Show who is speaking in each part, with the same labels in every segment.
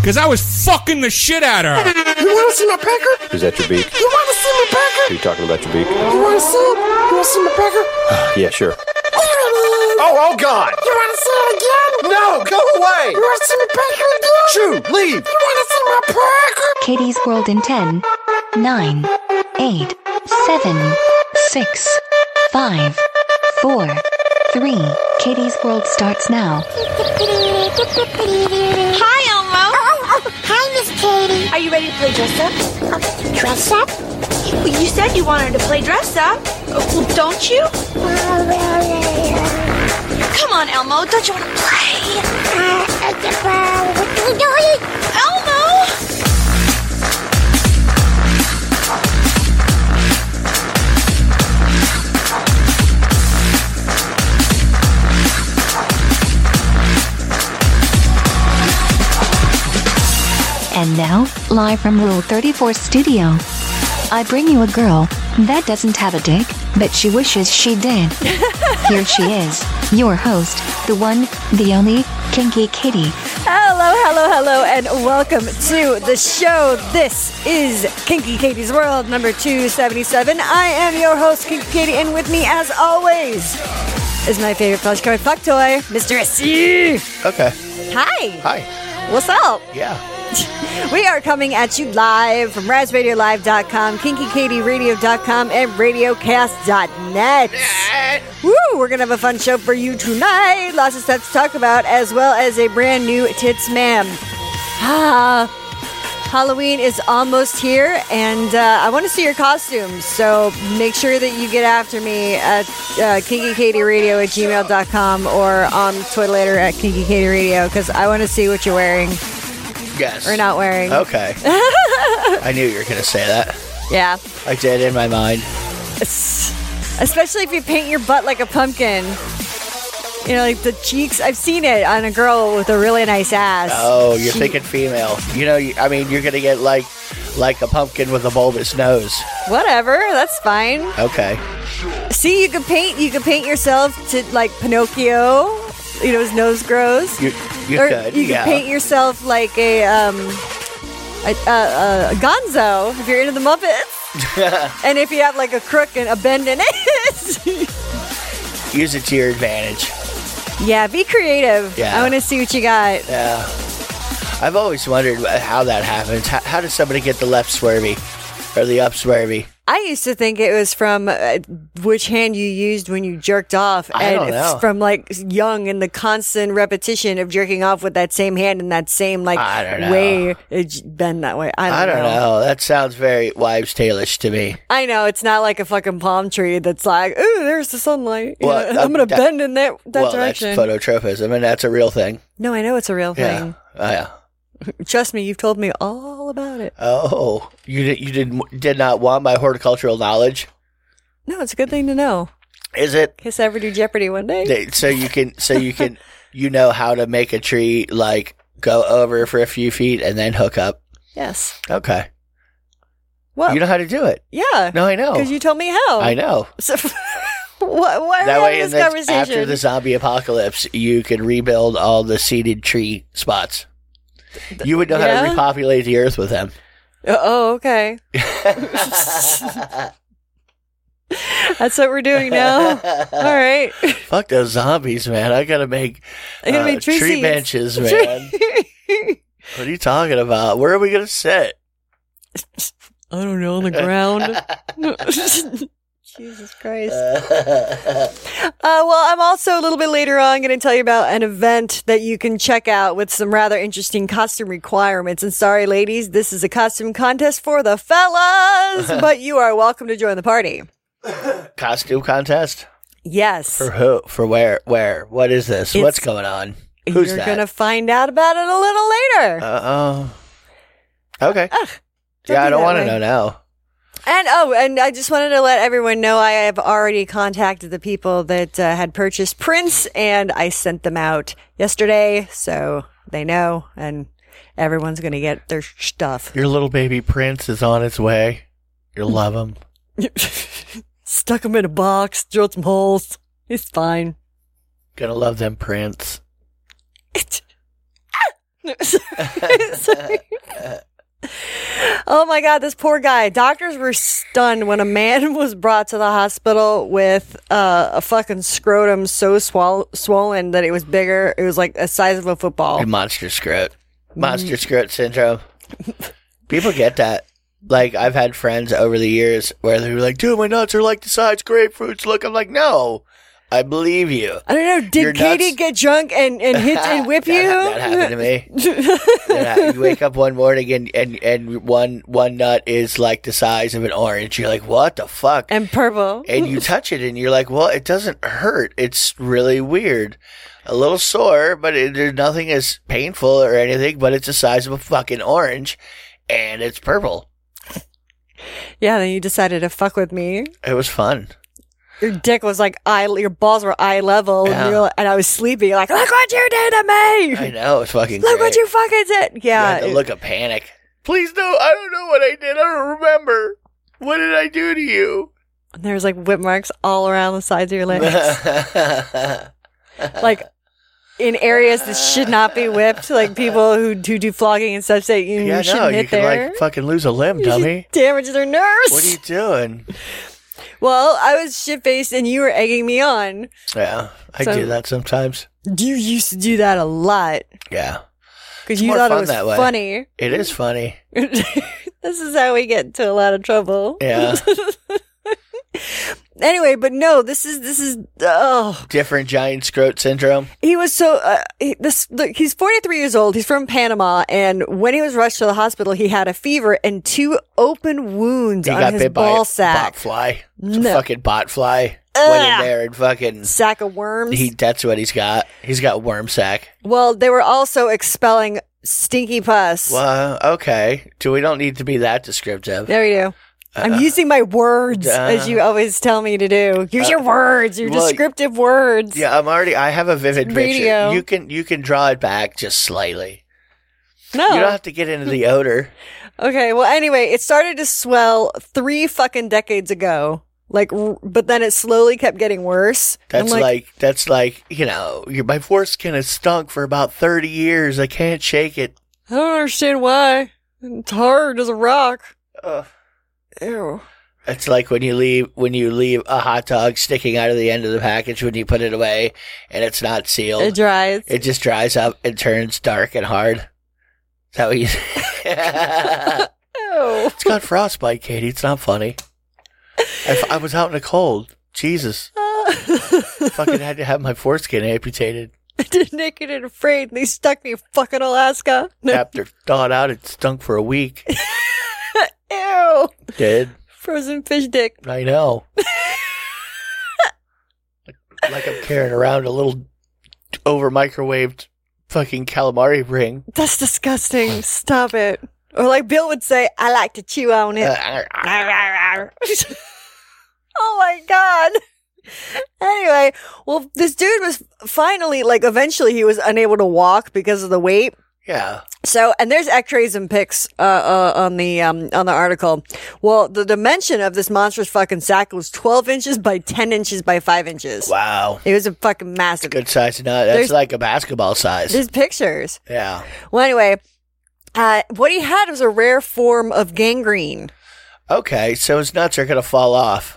Speaker 1: Because I was fucking the shit out of her.
Speaker 2: You want to see my pecker?
Speaker 3: Is that your beak?
Speaker 2: You want to see my
Speaker 3: Are
Speaker 2: pecker?
Speaker 3: you talking about your beak?
Speaker 2: You want to see it? You want to see my pecker?
Speaker 3: Yeah, sure.
Speaker 2: There it is.
Speaker 3: Oh, oh, God!
Speaker 2: You want to see it again?
Speaker 3: No, go away!
Speaker 2: You want to see my pecker again?
Speaker 3: Shoot, leave!
Speaker 2: You want to see my pecker?
Speaker 4: Katie's World in 10, 9, 8, 7, 6, 5, 4, 3. Katie's World starts now.
Speaker 5: Hi, Elmo.
Speaker 6: Oh, oh, hi, Miss Katie.
Speaker 5: Are you ready to play dress up?
Speaker 6: Dress up?
Speaker 5: Well, you said you wanted to play dress up. Uh, Well, don't you?
Speaker 6: Oh, well, yeah,
Speaker 5: Come on, Elmo. Don't you want to play?
Speaker 6: yeah. Uh, uh, well, what do we do?
Speaker 5: Elmo!
Speaker 4: And now, live from Rule 34 Studio, I bring you a girl that doesn't have a dick, but she wishes she did. Here she is, your host, the one, the only, Kinky Kitty.
Speaker 7: Hello, hello, hello, and welcome to the show. This is Kinky Katie's World, number 277. I am your host, Kinky Katie, and with me, as always, is my favorite flashcard fuck toy, Mr. SC.
Speaker 8: Okay.
Speaker 7: Hi,
Speaker 8: Hi.
Speaker 7: what's up?
Speaker 8: Yeah.
Speaker 7: We are coming at you live from RazRadioLive.com, KinkyKatieRadio.com, and RadioCast.net. Woo! We're gonna have a fun show for you tonight. Lots of stuff to talk about, as well as a brand new Tits Ma'am. Ah, Halloween is almost here, and uh, I want to see your costumes. So make sure that you get after me at uh, KinkyKatieRadio at gmail.com or on Twitter at KinkyKatieRadio because I want to see what you're wearing
Speaker 8: Yes.
Speaker 7: or not wearing.
Speaker 8: Okay. I knew you were gonna say that.
Speaker 7: Yeah.
Speaker 8: I did in my mind.
Speaker 7: Especially if you paint your butt like a pumpkin. You know, like the cheeks. I've seen it on a girl with a really nice ass.
Speaker 8: Oh, you're
Speaker 7: She-
Speaker 8: thinking female. You know, you- I mean, you're gonna get like, like a pumpkin with a bulbous nose.
Speaker 7: Whatever, that's fine.
Speaker 8: Okay.
Speaker 7: See, you could paint. You could paint yourself to like Pinocchio. You know, his nose grows.
Speaker 8: You, you
Speaker 7: or
Speaker 8: could.
Speaker 7: you
Speaker 8: yeah.
Speaker 7: could paint yourself like a um, a, a, a Gonzo if you're into the Muppets. and if you have like a crook and a bend in it.
Speaker 8: Use it to your advantage.
Speaker 7: yeah, be creative.
Speaker 8: Yeah.
Speaker 7: I want to see what you got.
Speaker 8: Yeah. I've always wondered how that happens. How, how does somebody get the left swervy or the up swervy?
Speaker 7: I used to think it was from uh, which hand you used when you jerked off,
Speaker 8: I don't
Speaker 7: and it's
Speaker 8: know.
Speaker 7: from like young and the constant repetition of jerking off with that same hand in that same like
Speaker 8: I don't know.
Speaker 7: way. It's been that way. I
Speaker 8: I
Speaker 7: don't,
Speaker 8: don't know. That sounds very wives' tale-ish to me.
Speaker 7: I know it's not like a fucking palm tree that's like, ooh, there's the sunlight. You
Speaker 8: Well, um,
Speaker 7: know, I'm gonna
Speaker 8: that-
Speaker 7: bend in that that
Speaker 8: well,
Speaker 7: direction.
Speaker 8: that's phototropism, and that's a real thing.
Speaker 7: no, I know it's a real
Speaker 8: Yeah.
Speaker 7: thing.
Speaker 8: Oh, yeah.
Speaker 7: Trust me, you've told me all about it.
Speaker 8: Oh, you did, you didn't did not want my horticultural knowledge,
Speaker 7: No, it's a good thing to know.
Speaker 8: is it?
Speaker 7: In case I ever do Jeopardy one day.
Speaker 8: They- So you can so you can you know how to make a tree like go over for a few feet and then hook up.
Speaker 7: yes.
Speaker 8: Okay,
Speaker 7: What?
Speaker 8: you know how to do it.
Speaker 7: yeah.
Speaker 8: No, I know.
Speaker 7: Because you told me how.
Speaker 8: I know.
Speaker 7: So, what, why are
Speaker 8: That
Speaker 7: we
Speaker 8: way,
Speaker 7: having
Speaker 8: and
Speaker 7: this
Speaker 8: then
Speaker 7: conversation?
Speaker 8: after the zombie apocalypse, you can rebuild all the seeded tree spots. You would know how to
Speaker 7: yeah?
Speaker 8: repopulate the earth with them.
Speaker 7: oh, okay. That's what we're doing now. All right.
Speaker 8: Fuck those zombies, man! I gotta make
Speaker 7: I'm gonna
Speaker 8: uh,
Speaker 7: make tree, seeds.
Speaker 8: benches, man. What are you talking about? Where are we gonna sit?
Speaker 7: I don't know the ground. Jesus Christ. Uh, well, I'm also a little bit later on going to tell you about an event that you can check out with some rather interesting costume requirements. And sorry, ladies, this is a costume contest for the fellas, but you are welcome to join the party.
Speaker 8: Costume contest
Speaker 7: Yes.
Speaker 8: for who? For where? Where? What is this?
Speaker 7: It's-
Speaker 8: What's going on? Who's
Speaker 7: You're
Speaker 8: that?
Speaker 7: gonna find out about it a little later.
Speaker 8: Uh oh. Okay.
Speaker 7: Ugh,
Speaker 8: yeah, I
Speaker 7: be
Speaker 8: don't
Speaker 7: that
Speaker 8: want to
Speaker 7: way.
Speaker 8: know now.
Speaker 7: And oh, and I just wanted to let everyone know I have already contacted the people that uh, had purchased prints and I sent them out yesterday. So they know and everyone's going to get their stuff.
Speaker 8: Your little baby prince is on its way. You'll love him.
Speaker 7: Stuck them in a box, drilled some holes. It's fine.
Speaker 8: Gonna love them prints.
Speaker 7: Sorry. oh my god, this poor guy. Doctors were stunned when a man was brought to the hospital with uh, a fucking scrotum so swall- swollen that it was bigger. It was like the size of a football.
Speaker 8: And monster scrot. Monster
Speaker 7: Mm.
Speaker 8: scrot syndrome. People get that. Like I've had friends over the years where they're like, "Dude, my nuts are like the size grapefruits." Look, I'm like, "No, I believe you."
Speaker 7: I don't know.
Speaker 8: Your
Speaker 7: Did
Speaker 8: nuts-
Speaker 7: Katie get drunk and, and hit and whip
Speaker 8: that,
Speaker 7: you?
Speaker 8: ha- That happened to me. That ha- you wake up one morning and, and, and one one nut is like the size of an orange. You're like, what the fuck? And,
Speaker 7: and purple.
Speaker 8: you touch it and you're like, well, it doesn't hurt. It's really weird. A little sore, but it, there's nothing as painful or anything. But it's the size of a fucking orange, and it's purple.
Speaker 7: Yeah, then you decided to fuck with me.
Speaker 8: It was fun.
Speaker 7: Your dick was like eye, your balls were eye level,
Speaker 8: Yeah.
Speaker 7: and, you were, and I was sleepy. Like, look what you did to me!
Speaker 8: I know it's fucking.
Speaker 7: Look
Speaker 8: great.
Speaker 7: what you fucking did!
Speaker 8: You
Speaker 7: Yeah,
Speaker 8: had the
Speaker 7: it-
Speaker 8: look of panic. Please no, I don't know what I did. I don't remember. What did I do to you?
Speaker 7: And there's like whip marks all around the sides of your legs. like in areas that should not be whipped, like people who, who do flogging and such that you,
Speaker 8: Yeah,
Speaker 7: you shouldn't
Speaker 8: no,
Speaker 7: hit
Speaker 8: you could
Speaker 7: there.
Speaker 8: like fucking lose a limb,
Speaker 7: You should
Speaker 8: dummy.
Speaker 7: Damage their nerves.
Speaker 8: What are you doing?
Speaker 7: well, I was shit faced and you were egging me on.
Speaker 8: Yeah, I
Speaker 7: So-
Speaker 8: do that sometimes.
Speaker 7: You used to do that a lot
Speaker 8: Yeah,
Speaker 7: because you
Speaker 8: more
Speaker 7: thought it
Speaker 8: fun
Speaker 7: was
Speaker 8: that way.
Speaker 7: funny.
Speaker 8: it is funny.
Speaker 7: this is how we get into a lot of trouble.
Speaker 8: Yeah,
Speaker 7: Anyway, but no, this is this is oh,
Speaker 8: different giant scrot syndrome.
Speaker 7: he was so uh, he, this look, he's 43 years old he's from panama and when he was rushed to the hospital he had a fever and two open wounds
Speaker 8: You
Speaker 7: on
Speaker 8: got
Speaker 7: his
Speaker 8: bit by
Speaker 7: ball
Speaker 8: a
Speaker 7: sack
Speaker 8: bot fly. It's a
Speaker 7: No.
Speaker 8: fucking bot fly went
Speaker 7: Ugh.
Speaker 8: in there and fucking.
Speaker 7: sack of worms
Speaker 8: He that's what he's got. He's got worm sack.
Speaker 7: well they were also expelling stinky pus
Speaker 8: Well, okay. So we don't need to be that descriptive.
Speaker 7: there you go
Speaker 8: Uh,
Speaker 7: I'm using my words as you always tell me to do. Use your words, your
Speaker 8: uh, well,
Speaker 7: descriptive words.
Speaker 8: Yeah, I'm already. I have a vivid picture.
Speaker 7: Radio.
Speaker 8: You can you can draw it back just slightly.
Speaker 7: No.
Speaker 8: You don't have to get into the odor.
Speaker 7: Okay. Well, anyway, it started to swell three fucking decades ago. Like, r- but then it slowly kept getting worse. I'm
Speaker 8: That's like, that's like you know your- my foreskin has stunk for about thirty years. I can't shake it.
Speaker 7: I don't understand why. It's hard as a rock.
Speaker 8: Ugh.
Speaker 7: Ew.
Speaker 8: It's like when you leave when you leave a hot dog sticking out of the end of the package when you put it away and it's not sealed.
Speaker 7: It dries.
Speaker 8: It just dries up and turns dark and hard. Is that what you? it's
Speaker 7: Ew.
Speaker 8: got frostbite, Katie. It's not funny. I, I was out in the cold. Jesus, fucking had to have my foreskin amputated.
Speaker 7: I did naked and afraid. and They stuck me in fucking Alaska. No.
Speaker 8: After thawed out, it stunk for a week.
Speaker 7: Ew.
Speaker 8: Did
Speaker 7: Frozen fish dick.
Speaker 8: I know? like I'm carrying around a little over microwaved fucking calamari ring.
Speaker 7: That's disgusting. Stop it. Or like Bill would say, I like to chew on it. oh my god. Anyway, well, this dude was finally like eventually he was unable to walk because of the weight.
Speaker 8: yeah.
Speaker 7: So, and there's X-rays and pics uh, uh, on the um, on the article. Well, the dimension of this monstrous fucking sack was 12 inches by 10 inches by 5 inches.
Speaker 8: Wow.
Speaker 7: It was a fucking massive.
Speaker 8: Good size nut. That's
Speaker 7: There's-
Speaker 8: like a basketball size.
Speaker 7: There's pictures.
Speaker 8: yeah.
Speaker 7: Well, anyway, uh, what he had was a rare form of gangrene,
Speaker 8: Okay, so his nuts are gonna fall off.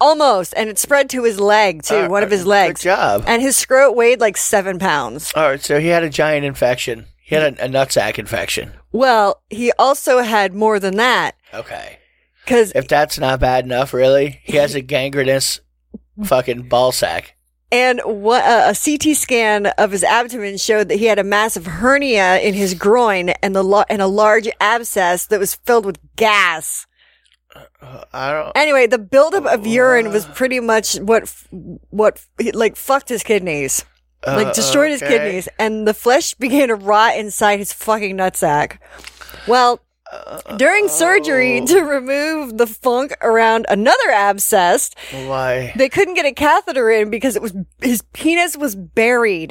Speaker 7: almost, and it spread to his leg too,
Speaker 8: Uh,
Speaker 7: one of his
Speaker 8: good
Speaker 7: legs.
Speaker 8: job.
Speaker 7: And his scrot weighed like seven pounds.
Speaker 8: All right, so he had a giant infection. He had a, a nutsack infection.
Speaker 7: Well, he also had more than that
Speaker 8: Okay.
Speaker 7: because
Speaker 8: If that's not bad enough, really, he has a gangrenous fucking ball sack.
Speaker 7: and what uh, a CT scan of his abdomen showed that he had a massive hernia in his groin and the lo- and a large abscess that was filled with gas.
Speaker 8: I don't.
Speaker 7: Anyway, the buildup of urine was pretty much what f- what f- like fucked his kidneys, like destroyed his
Speaker 8: Uh, okay.
Speaker 7: kidneys, and the flesh began to rot inside his fucking nutsack. Well, During surgery to remove the funk around another abscess,
Speaker 8: Why?
Speaker 7: they couldn't get a catheter in because it was his penis was buried.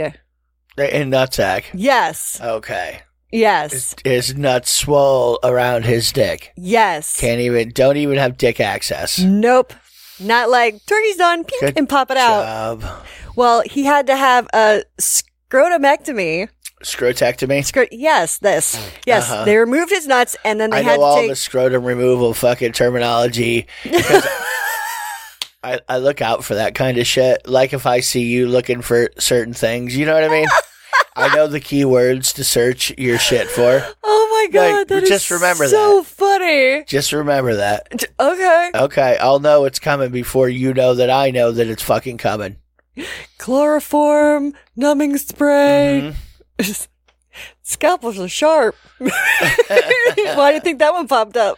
Speaker 8: In nutsack.
Speaker 7: Yes.
Speaker 8: Okay.
Speaker 7: Yes.
Speaker 8: His nuts swole around his dick.
Speaker 7: Yes.
Speaker 8: Can't even, don't even have dick access.
Speaker 7: Nope. Not like turkey's done pew,
Speaker 8: Good
Speaker 7: and pop it out.
Speaker 8: Job.
Speaker 7: Well, he had to have a scrotumectomy.
Speaker 8: Scrotectomy.
Speaker 7: Scrot- yes, this. Yes,
Speaker 8: Uh-huh.
Speaker 7: they removed his nuts and then they
Speaker 8: I
Speaker 7: had
Speaker 8: know all
Speaker 7: to take.
Speaker 8: the scrotum removal fucking terminology. 'cause I, I look out for that kind of shit. Like if I see you looking for certain things, you know what I mean? I know the keywords to search your shit for.
Speaker 7: oh my god,
Speaker 8: Like,
Speaker 7: that is
Speaker 8: just remember
Speaker 7: so funny.
Speaker 8: Just remember that.
Speaker 7: D- Okay,
Speaker 8: Okay, I'll know it's coming before you know that I know that it's fucking coming.
Speaker 7: chloroform, numbing
Speaker 8: Mm-hmm.
Speaker 7: spray. Scalpels are sharp. Why do you think that one popped up?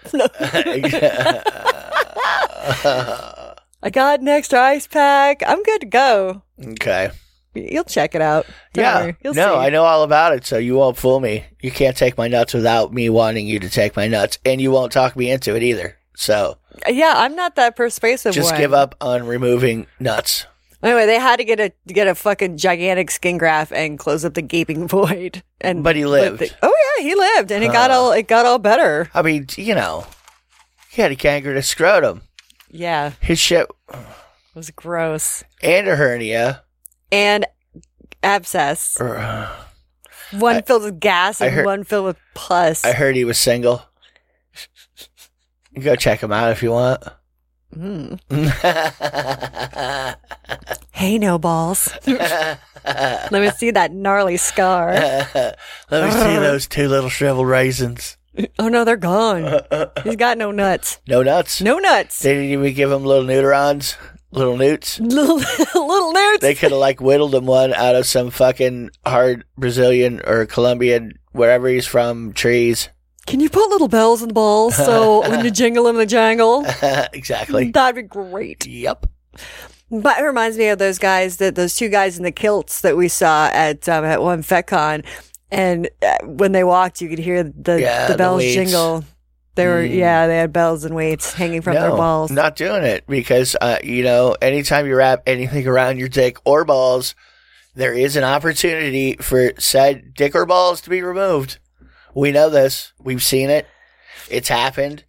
Speaker 7: No. I got an extra ice pack. I'm good to go.
Speaker 8: okay.
Speaker 7: Y- You'll check it out. Don't
Speaker 8: yeah.
Speaker 7: worry. You'll
Speaker 8: no,
Speaker 7: see.
Speaker 8: I know all about it, so you won't fool me. You can't take my nuts without me wanting you to take my nuts, and you won't talk me into it either. So
Speaker 7: Uh, Yeah, I'm not that persuasive.
Speaker 8: just
Speaker 7: one.
Speaker 8: give up on removing nuts.
Speaker 7: Anyway, they had to get a get a fucking gigantic skin graft and close up the gaping void. And
Speaker 8: But he lived.
Speaker 7: the- oh yeah, he lived, and it got all it got all better.
Speaker 8: I mean, you know, he had a canker to scrotum.
Speaker 7: Yeah, it
Speaker 8: His shit
Speaker 7: was gross
Speaker 8: and a hernia.
Speaker 7: and abscess.
Speaker 8: Ugh.
Speaker 7: One filled with gas
Speaker 8: I
Speaker 7: and
Speaker 8: heard-
Speaker 7: one filled with pus.
Speaker 8: I heard he was single. You go check him out if you want.
Speaker 7: hey, no balls. Let me see that gnarly scar.
Speaker 8: Let me see those two little shriveled raisins.
Speaker 7: Oh no, they're gone. He's got no nuts.
Speaker 8: No nuts.
Speaker 7: No nuts.
Speaker 8: They didn't even give him little neutrons, little newts.
Speaker 7: Little little nuts.
Speaker 8: They could have like whittled him one out of some fucking hard Brazilian or Colombian, wherever he's from, trees.
Speaker 7: Can you put little bells in the balls so when you jingle them, they jangle?
Speaker 8: exactly.
Speaker 7: That'd be great.
Speaker 8: Yep.
Speaker 7: But it reminds me of those guys that those two guys in the kilts that we saw at um, at one FetCon, and uh, when they walked, you could hear
Speaker 8: Yeah,
Speaker 7: the the Mm.
Speaker 8: the
Speaker 7: bells
Speaker 8: weights.
Speaker 7: jingle. They were yeah, they had bells and weights hanging from their balls.
Speaker 8: Not doing it because uh, you know, anytime you wrap anything around your dick or balls, there is an opportunity for said dick or balls to be removed. We know this. We've seen it. It's happened.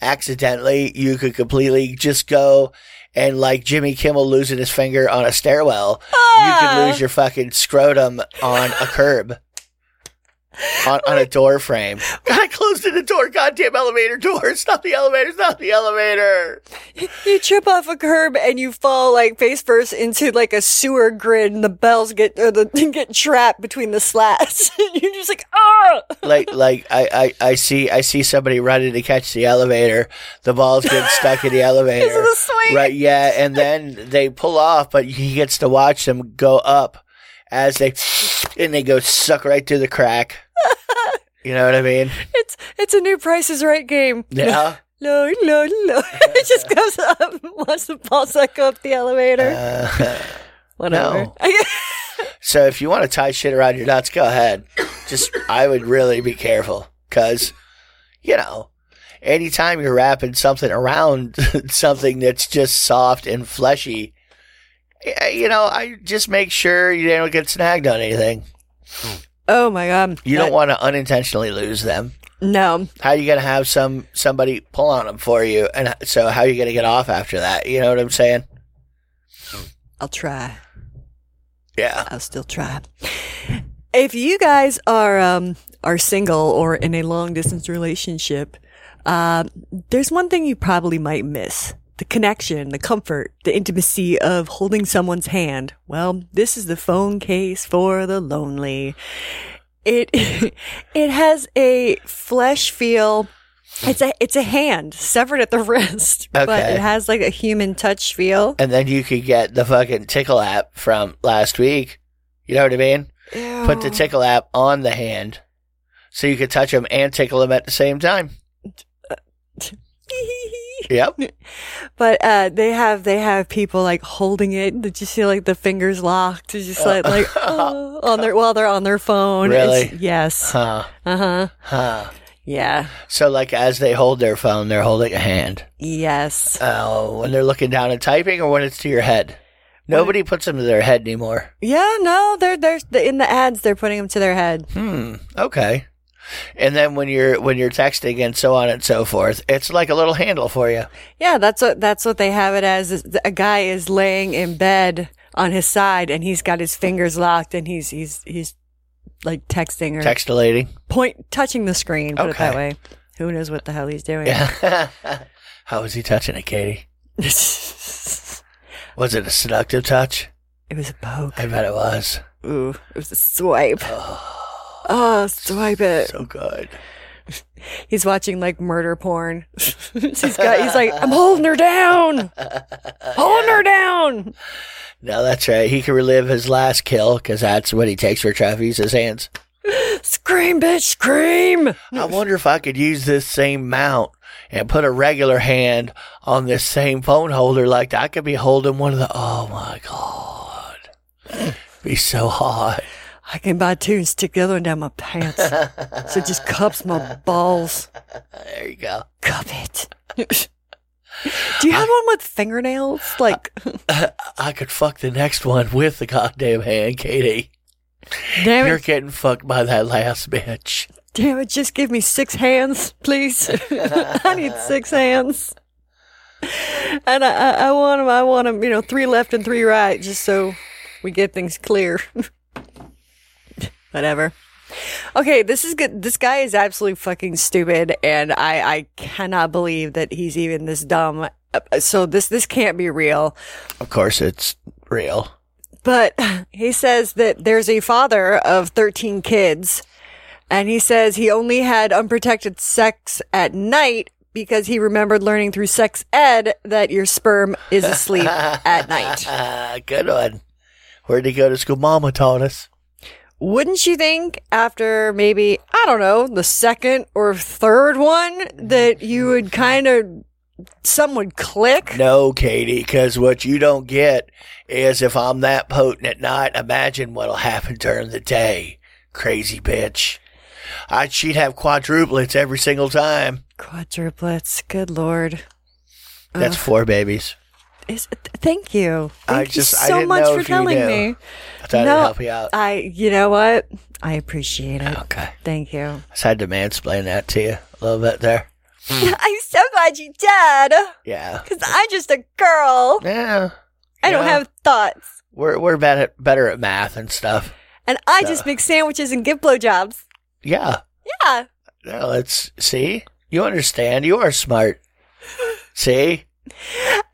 Speaker 8: Accidentally, you could completely just go and like Jimmy Kimmel losing his finger on a stairwell, you could lose your fucking scrotum on a curb. On, on a door frame. God, I closed the door. Goddamn elevator door. Stop the elevator. Stop the elevator.
Speaker 7: You trip off a curb and you fall like face first into like a sewer grid, and the bells get or the get trapped between the slats. You're just like ah.
Speaker 8: like like I, I I see I see somebody running to catch the elevator. The ball's getting stuck in the elevator.
Speaker 7: the swing.
Speaker 8: Right, yeah, and then they pull off, but he gets to watch them go up as they and they go suck right through the crack. You know what I mean?
Speaker 7: It's it's a new Price is Right game.
Speaker 8: Yeah.
Speaker 7: No, no, no. it just goes up and watch the ball suck go up the elevator. Whatever.
Speaker 8: no. So if you want to tie shit around your nuts, go ahead. Just I would really be careful because you know, anytime you're wrapping something around something that's just soft and fleshy, eh, you know, I just make sure you don't get snagged on anything.
Speaker 7: oh my god.
Speaker 8: You
Speaker 7: That-
Speaker 8: don't want to unintentionally lose them.
Speaker 7: No.
Speaker 8: How you gonna have some somebody pull on them for you, and h- so how you gonna get off after that? You know what I'm saying?
Speaker 7: I'll try.
Speaker 8: Yeah.
Speaker 7: I'll still try. If you guys are um are single or in a long distance relationship, uh, there's one thing you probably might miss. The connection, the comfort, the intimacy of holding someone's hand. Well, this is the phone case for the lonely. It it has a flesh feel. It's a it's a hand severed at the wrist, but
Speaker 8: Okay.
Speaker 7: it has like a human touch feel.
Speaker 8: and then you could get the fucking tickle app from last week. You know what I mean? Put the tickle app on the hand, so you could touch them and tickle them at the same time. Yep.
Speaker 7: But uh, they have they have people like holding it. Did you see like the fingers locked? It's just like like oh, on their while they're on their phone. It's-
Speaker 8: Really?
Speaker 7: yes.
Speaker 8: Huh.
Speaker 7: Uh huh.
Speaker 8: Huh.
Speaker 7: Yeah.
Speaker 8: So, like, as they hold their phone, they're holding a hand.
Speaker 7: Yes.
Speaker 8: Oh, when they're looking down and typing, or when it's to your head. Nobody puts them to their head anymore.
Speaker 7: Yeah. No, they're they're in the ads. They're putting them to their head.
Speaker 8: Hmm. Okay. And then when you're when you're texting and so on and so forth, it's like a little handle for you.
Speaker 7: Yeah, that's what that's what they have it as. Is a guy is laying in bed on his side, and he's got his fingers locked, and he's he's he's like texting or
Speaker 8: Text a lady.
Speaker 7: point touching the screen. Put it that
Speaker 8: Okay.
Speaker 7: way. Who knows what the hell he's doing?
Speaker 8: Yeah. How was he touching it, Katie?
Speaker 7: it
Speaker 8: Was it a seductive touch?
Speaker 7: was a poke.
Speaker 8: I bet it was.
Speaker 7: Ooh, it was a swipe. Oh, swipe it.
Speaker 8: So good.
Speaker 7: He's watching like murder porn. he's got. He's like, I'm holding her down. Holding her down.
Speaker 8: No, that's right. He can relive his last kill because that's what he takes for trophies. His hands.
Speaker 7: Scream, bitch, scream.
Speaker 8: I wonder if I could use this same mount and put a regular hand on this same phone holder. Like I could be holding one of the. Oh my god, be so hot.
Speaker 7: I can buy two and stick the other one down my pants. so it just cups my balls.
Speaker 8: There you go.
Speaker 7: Cup it. Do you have one with fingernails? Like,
Speaker 8: I could fuck the next one with the goddamn hand, Katie.
Speaker 7: damn
Speaker 8: You're
Speaker 7: it,
Speaker 8: getting fucked by that last bitch.
Speaker 7: damn it, just give me six hands, please. I need six hands. And I, I, I want them, I want them, you know, three left and three right, just so we get things clear. Whatever. Okay, this is good. This guy is absolutely fucking stupid, and I I cannot believe that he's even this dumb. Uh, So this this can't be real.
Speaker 8: Of course, it's real.
Speaker 7: But he says that there's a father of 13 kids, and he says he only had unprotected sex at night because he remembered learning through sex ed that your sperm is asleep at night.
Speaker 8: Ah, good one. Where'd he go to school? Mama taught us.
Speaker 7: wouldn't you think after maybe i don't know the second or third one that you would kind of some would click
Speaker 8: No, Katie, because what you don't get is if I'm that potent at night, imagine what'll happen during the day. Crazy bitch. I she'd have quadruplets every single time.
Speaker 7: quadruplets good lord
Speaker 8: That's four babies.
Speaker 7: Is, th- thank you
Speaker 8: I
Speaker 7: thank you
Speaker 8: just- I
Speaker 7: so
Speaker 8: didn't
Speaker 7: much
Speaker 8: know
Speaker 7: for
Speaker 8: if you
Speaker 7: telling
Speaker 8: knew.
Speaker 7: me
Speaker 8: I thought I'd help you out.
Speaker 7: i you know what i appreciate it
Speaker 8: Okay.
Speaker 7: thank you
Speaker 8: I just had to mansplain that to you a little bit there.
Speaker 7: i'm so glad you did
Speaker 8: Yeah.
Speaker 7: because i'm just a girl
Speaker 8: Yeah.
Speaker 7: i don't
Speaker 8: Yeah.
Speaker 7: have thoughts
Speaker 8: We're we're better at, better at math and stuff.
Speaker 7: and i just make sandwiches and give blowjobs
Speaker 8: Yeah.
Speaker 7: yeah
Speaker 8: No, let's see. You understand. You are smart. See?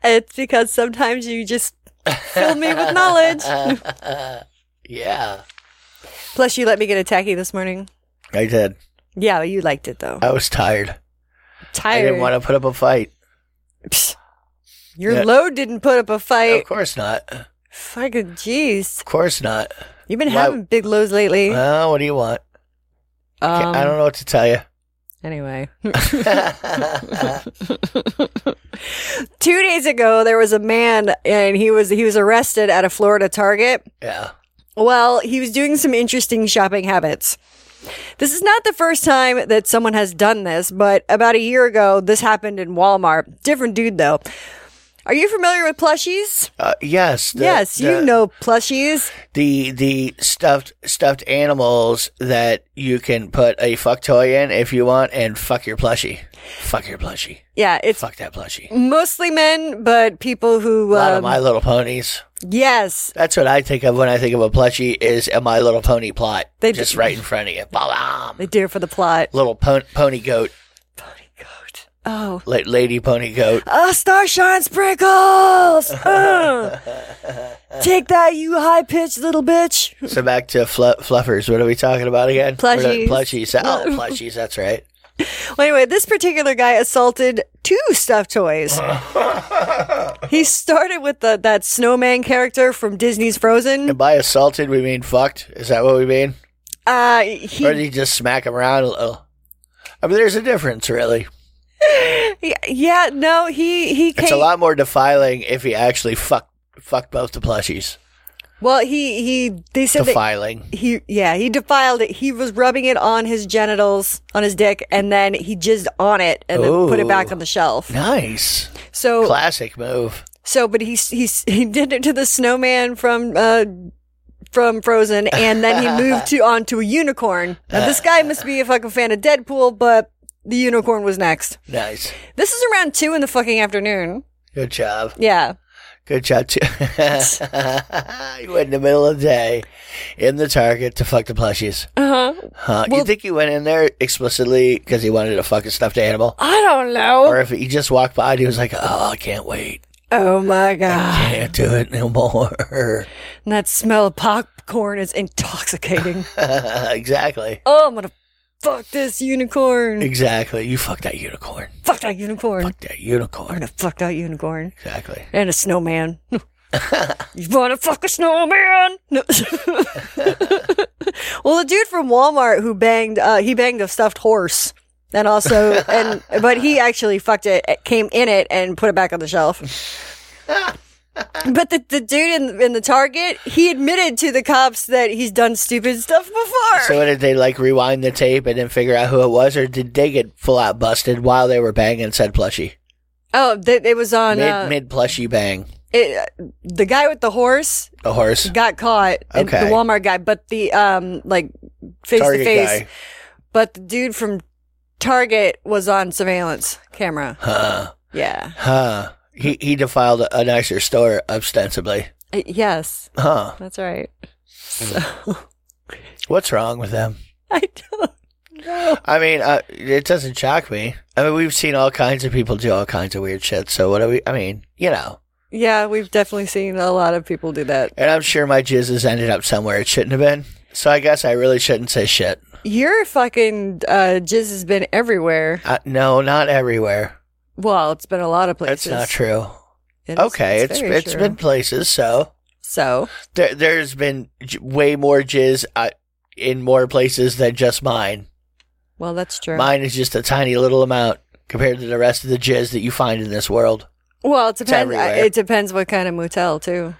Speaker 7: It's because sometimes you just fill me with knowledge.
Speaker 8: Yeah.
Speaker 7: Plus, you let me get a tacky this morning.
Speaker 8: I did.
Speaker 7: Yeah, you liked it though.
Speaker 8: I was tired. I
Speaker 7: Tired.
Speaker 8: didn't want to put up a fight.
Speaker 7: Psst. Your
Speaker 8: Yeah.
Speaker 7: load didn't put up a
Speaker 8: Of
Speaker 7: fight.
Speaker 8: course not. Of
Speaker 7: Fucking jeez.
Speaker 8: course not.
Speaker 7: You've been
Speaker 8: Why-
Speaker 7: having big lows lately.
Speaker 8: Well, what do you want?
Speaker 7: Um,
Speaker 8: Ca- I don't know what to tell you.
Speaker 7: Anyway. Two days ago, there was a man, and he was he was arrested at a Florida Target.
Speaker 8: Yeah.
Speaker 7: Well, he was doing some interesting shopping habits. This is not the first time that someone has done this, but about a year ago, this happened in Walmart. Different dude, though. Are you familiar with plushies?
Speaker 8: Uh, yes. the-
Speaker 7: yes, you
Speaker 8: the-
Speaker 7: know plushies.
Speaker 8: the the stuffed stuffed animals that you can put a fuck toy in if you want, and fuck your plushie. Fuck your plushie.
Speaker 7: Yeah, it's
Speaker 8: Fuck that plushie.
Speaker 7: mostly men, but people
Speaker 8: a
Speaker 7: who.
Speaker 8: lot of
Speaker 7: Um,
Speaker 8: My Little Ponies.
Speaker 7: yes,
Speaker 8: That's what I think of when I think of a plushie is a My Little Pony plot.
Speaker 7: They-
Speaker 8: just right in front of you. Ba-bam.
Speaker 7: they do it for the plot.
Speaker 8: Little pon- pony goat,
Speaker 7: Oh.
Speaker 8: la- lady pony goat.
Speaker 7: Oh, Starshine Sprinkles! Ugh. Take that, you high pitched little bitch.
Speaker 8: So back to fl- fluffers. What are we talking about again? We're
Speaker 7: Plushies.
Speaker 8: not- Plushies. Oh, plushies. That's right.
Speaker 7: Well, anyway, this particular guy assaulted two stuffed toys. he started with the, that snowman character from Disney's Frozen.
Speaker 8: And by assaulted, we mean fucked. Is that what we mean?
Speaker 7: Uh,
Speaker 8: Or
Speaker 7: he,
Speaker 8: did he just smack him around a little? I mean, there's a difference, really.
Speaker 7: he- yeah, no, he he
Speaker 8: It's a
Speaker 7: came.
Speaker 8: lot more defiling if he actually fucked fucked both the plushies.
Speaker 7: Well, he he they said that
Speaker 8: defiling.
Speaker 7: he yeah he defiled it. He was rubbing it on his genitals on his dick, and then he jizzed on it and then put it back
Speaker 8: Ooh.
Speaker 7: on the shelf.
Speaker 8: Nice.
Speaker 7: So
Speaker 8: Classic move.
Speaker 7: so, but he he he did it to the snowman from. uh from Frozen, and then he moved to onto a unicorn. Now, this guy must be a fucking fan of Deadpool, but the unicorn was next.
Speaker 8: Nice.
Speaker 7: This is around two in the fucking afternoon.
Speaker 8: Good job.
Speaker 7: Yeah.
Speaker 8: Good job too. you went in the middle of the day in the Target to fuck the plushies.
Speaker 7: Uh huh.
Speaker 8: Huh.
Speaker 7: Well-
Speaker 8: you think he went in there explicitly because he wanted to fuck a stuffed animal?
Speaker 7: I don't know.
Speaker 8: Or if he just walked by and he was like, oh, I can't wait.
Speaker 7: Oh my god.
Speaker 8: Can't do it no more.
Speaker 7: And that smell of popcorn is intoxicating.
Speaker 8: exactly.
Speaker 7: oh, I'm gonna fuck this unicorn.
Speaker 8: Exactly. You fucked that unicorn.
Speaker 7: Fuck that unicorn.
Speaker 8: Fuck that
Speaker 7: I'm
Speaker 8: unicorn.
Speaker 7: gonna fuck that unicorn.
Speaker 8: Exactly.
Speaker 7: And a snowman. you wanna fuck a snowman? No. well, the dude from Walmart who banged, uh, he banged a stuffed horse. And also, and, but he actually fucked it, came in it and put it back on the shelf. But the, the dude in, in the Target, he admitted to the cops that he's done stupid stuff before.
Speaker 8: So did they like rewind the tape and then figure out who it was, or did they get full out busted while they were banging said plushie?
Speaker 7: Oh, th- it was on
Speaker 8: Mid
Speaker 7: uh,
Speaker 8: mid plushie bang.
Speaker 7: it, the guy with the horse
Speaker 8: A horse.
Speaker 7: got caught. and
Speaker 8: Okay.
Speaker 7: The Walmart guy, but the um like face to
Speaker 8: Target
Speaker 7: face,
Speaker 8: guy.
Speaker 7: but the dude from Target was on surveillance camera.
Speaker 8: Huh.
Speaker 7: Yeah.
Speaker 8: Huh. He he defiled a nicer store ostensibly.
Speaker 7: Uh, Yes,
Speaker 8: Huh.
Speaker 7: that's right.
Speaker 8: What's wrong with them?
Speaker 7: I don't.
Speaker 8: I mean, uh, it doesn't shock me. I mean, we've seen all kinds of people do all kinds of weird shit. So what do we? I mean, you know.
Speaker 7: Yeah, we've definitely seen a lot of people do that.
Speaker 8: And I'm sure my jizz has ended up somewhere it shouldn't have been. So I guess I really shouldn't say shit.
Speaker 7: Your fucking uh, jizz has been everywhere.
Speaker 8: Uh, no, not everywhere.
Speaker 7: Well, it's been a lot of places.
Speaker 8: That's not true.
Speaker 7: It is-
Speaker 8: Okay, it's
Speaker 7: very
Speaker 8: it's
Speaker 7: true.
Speaker 8: been places. So
Speaker 7: so.
Speaker 8: there there's been j- way more jizz uh, in more places than just mine.
Speaker 7: Well, that's true.
Speaker 8: Mine is just a tiny little amount compared to the rest of the jizz that you find in this world.
Speaker 7: well, it depends.
Speaker 8: everywhere.
Speaker 7: It depends what kind of motel too.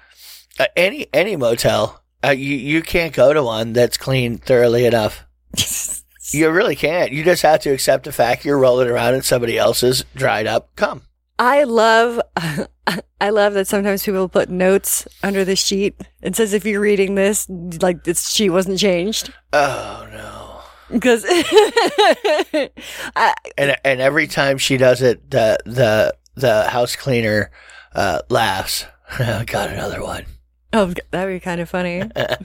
Speaker 8: Uh, any any motel, uh, you you can't go to one that's clean thoroughly enough. You really can't. You just have to accept the fact you're rolling around in somebody else's dried up cum.
Speaker 7: I love, I love that sometimes people put notes under the sheet and says if you're reading this, like this sheet wasn't changed
Speaker 8: Oh no!
Speaker 7: because I,
Speaker 8: And and every time she does it, the the the house cleaner uh, laughs. Got another one.
Speaker 7: oh that'd be kind of funny. I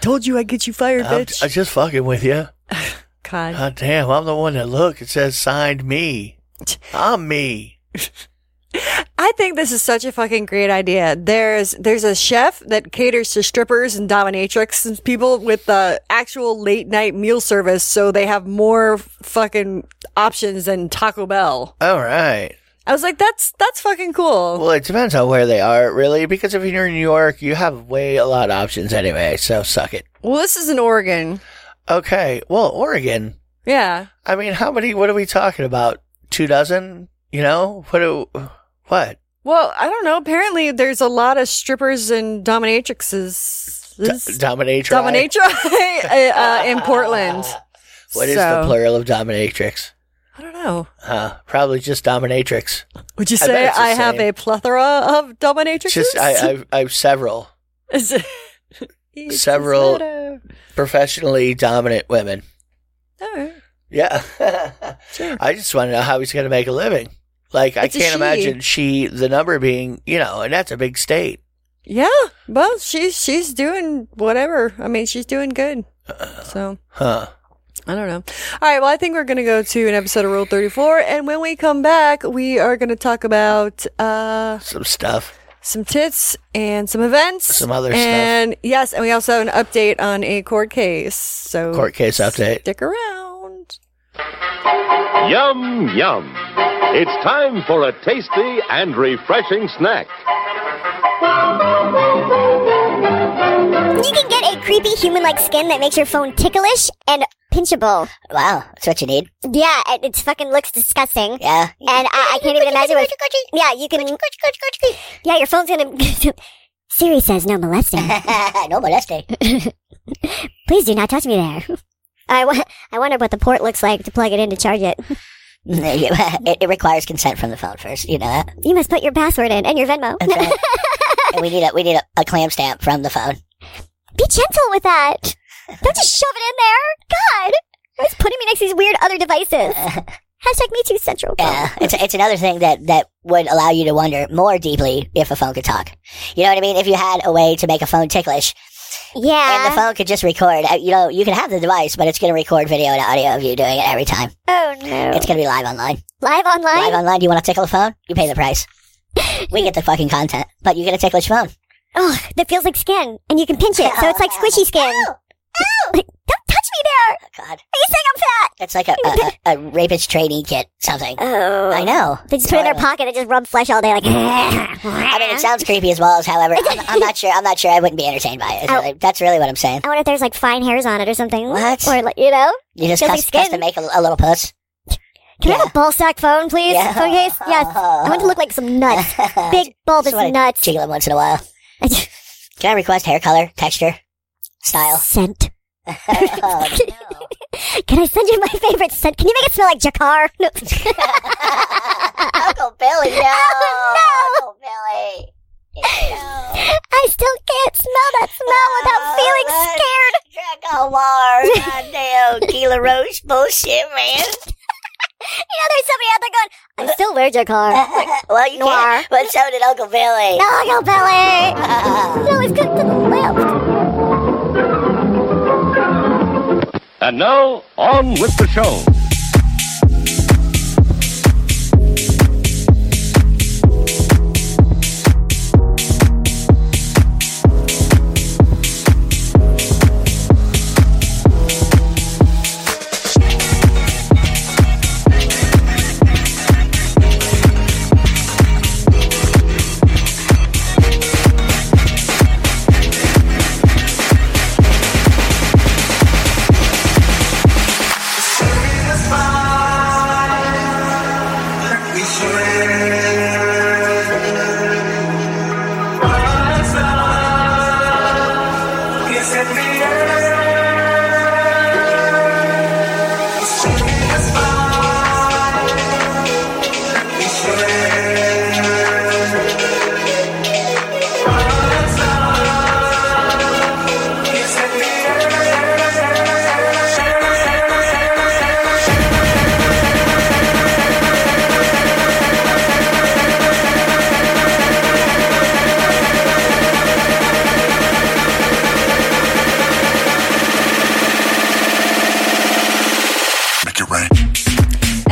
Speaker 7: told you I'd get you fired,
Speaker 8: I'm,
Speaker 7: bitch.
Speaker 8: I'm just fucking with you.
Speaker 7: God,
Speaker 8: God damn! I'm the one that look. It says signed me. I'm me.
Speaker 7: I think this is such a fucking great idea. There's there's a chef that caters to strippers and dominatrix and people with uh, actual late night meal service, so they have more fucking options than Taco Bell.
Speaker 8: All right.
Speaker 7: I was like, that's that's fucking cool.
Speaker 8: Well, it depends on where they are, really, because if you're in New York, you have way a lot of options anyway. So suck it.
Speaker 7: Well, this is in Oregon.
Speaker 8: Okay. Well, Oregon.
Speaker 7: Yeah.
Speaker 8: I mean, how many? What are we talking about? Two dozen? You know what? Do, what?
Speaker 7: Well, I don't know. Apparently, there's a lot of strippers and dominatrixes.
Speaker 8: D- dominate.
Speaker 7: Dominatri uh, in Portland.
Speaker 8: What is
Speaker 7: So-
Speaker 8: the plural of dominatrix?
Speaker 7: I don't know.
Speaker 8: Uh, probably just dominatrix.
Speaker 7: Would you
Speaker 8: I bet
Speaker 7: say
Speaker 8: it's the
Speaker 7: I, have
Speaker 8: same.
Speaker 7: a plethora of dominatrixes?
Speaker 8: Just I, I've, I've several
Speaker 7: Is it- It's a
Speaker 8: Several-
Speaker 7: sweater.
Speaker 8: professionally dominant women. uh,
Speaker 7: All right.
Speaker 8: Yeah, I just want to know how he's going to make a living. Like
Speaker 7: It's a
Speaker 8: I can't
Speaker 7: she.
Speaker 8: imagine she the number being you know, and that's a big state.
Speaker 7: Yeah. Well, she's she's doing whatever. I mean, she's doing good. So
Speaker 8: Huh.
Speaker 7: I don't know. All right. Well, I think we're gonna go to an episode of Rule Thirty Four, and when we come back, we are gonna talk about uh
Speaker 8: Some stuff.
Speaker 7: some tits and some events,
Speaker 8: Some other stuff.
Speaker 7: and yes, and we also have an update on a court case. So
Speaker 8: Court case update.
Speaker 7: Stick around.
Speaker 9: Yum, yum. It's time for a tasty and refreshing snack.
Speaker 6: You can get a creepy human-like skin that makes your phone ticklish and pinchable.
Speaker 10: Wow, that's what you need.
Speaker 6: Yeah, it, it fucking looks disgusting.
Speaker 10: Yeah.
Speaker 6: And I, I can't even imagine what. Yeah, you can. Yeah, your phone's gonna Siri says no molesting.
Speaker 10: no molesting.
Speaker 6: Please do not touch me there. I, wa- I wonder what the port looks like to plug it in to charge it.
Speaker 10: it, it requires consent from the phone first. You know that.
Speaker 6: You must put your password in and your Venmo.
Speaker 10: That's right. And we need a we need a, a clam stamp from the phone.
Speaker 6: Be gentle with that. Don't just shove it in there. God, it's putting me next to these weird other devices. Hashtag me too central.
Speaker 10: Yeah, it's it's another thing that that would allow you to wonder more deeply if a phone could talk. You know what I mean? If you had a way to make a phone ticklish,
Speaker 6: yeah.
Speaker 10: and the phone could just record. uh, You know, you can have the device, but it's going to record video and audio of you doing it every time.
Speaker 6: oh no.
Speaker 10: It's going to be live online.
Speaker 6: live online.
Speaker 10: Live online. Do you want to tickle a phone? You pay the price. we get the fucking content, but you get a ticklish phone.
Speaker 6: oh, that feels like skin, and you can pinch it, so it's like squishy skin. Ow! Don't touch me there.
Speaker 10: Oh, God,
Speaker 6: Are you saying I'm fat?
Speaker 10: it's like a a, a, a rapist training kit something.
Speaker 6: Oh,
Speaker 10: I know.
Speaker 6: They just put it in their pocket and just rub flesh all day, like.
Speaker 10: I mean, it sounds creepy as well as, however, I'm, I'm not sure. I'm not sure. I wouldn't be entertained by it. It's
Speaker 6: Oh.
Speaker 10: really- that's really what I'm saying.
Speaker 6: I wonder if there's like fine hairs on it or something.
Speaker 10: What?
Speaker 6: Or like you know?
Speaker 10: You just
Speaker 6: Feels like
Speaker 10: custom, custom
Speaker 6: skin.
Speaker 10: make a, a little puss.
Speaker 6: Can I have a ball sack phone, please?
Speaker 10: Yeah.
Speaker 6: Phone case? Yes. I want to look like some nuts. Big bulbous
Speaker 10: Just wanna
Speaker 6: nuts.
Speaker 10: Jiggle it once in a while. Can I request hair color, texture, style?
Speaker 6: Scent.
Speaker 10: Oh,
Speaker 6: Can I send you my favorite scent? Can you make it smell like Jakar? No.
Speaker 10: Uncle Billy, no.
Speaker 6: Oh,
Speaker 10: Uncle Billy. No.
Speaker 6: I still can't smell that smell without
Speaker 10: Oh,
Speaker 6: feeling
Speaker 10: that-
Speaker 6: scared.
Speaker 10: Draco Lar, goddamn, Gila Roche bullshit, man.
Speaker 6: You know, there's somebody out there going, I still wear Jakar.
Speaker 10: well, you
Speaker 6: Noir.
Speaker 10: can't, but so did Uncle Billy.
Speaker 6: No, Uncle Billy. no, it's good to the lamp.
Speaker 9: And now, on with the show.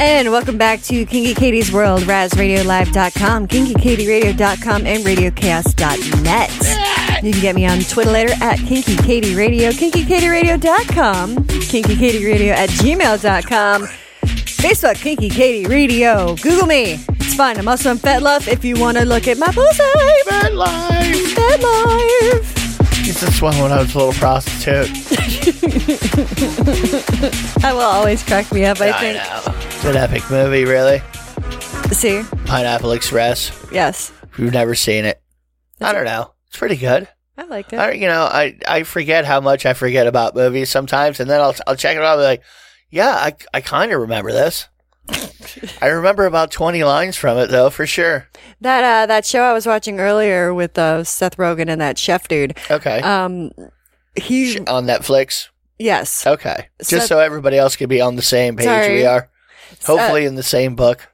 Speaker 7: And welcome back to Kinky Katie's World, RazRadioLive.com, KinkyKatieRadio.com, and RadioCast.net. You can get me on Twitter later at Kinky Katie Radio, KinkyKatieRadio.com, KinkyKatieRadio at gmail.com, Facebook Kinky Katie Radio. Google me. It's fun. I'm also on FetLife if you want to look at my bullseye.
Speaker 8: Bad life.
Speaker 7: FetLife.
Speaker 8: It's this one when I was a little prostitute.
Speaker 7: That will always crack me up, I
Speaker 8: I
Speaker 7: think.
Speaker 8: know. It's an epic movie, really.
Speaker 7: See?
Speaker 8: Pineapple Express.
Speaker 7: Yes.
Speaker 8: If you've never seen it, I don't know. It's pretty good.
Speaker 7: I like
Speaker 8: I,
Speaker 7: it.
Speaker 8: you know, I, I forget how much I forget about movies sometimes, and then I'll, I'll check it out and be like, yeah, I, I kind of remember this. I remember about 20 lines from it, though, for sure.
Speaker 7: That uh, that show I was watching earlier with uh, Seth Rogen and that chef dude.
Speaker 8: Okay.
Speaker 7: Um, he
Speaker 8: On Netflix.
Speaker 7: yes.
Speaker 8: Okay. Just
Speaker 7: Seth-
Speaker 8: so everybody else can be on the same page
Speaker 7: Sorry.
Speaker 8: we are. Hopefully in the same book.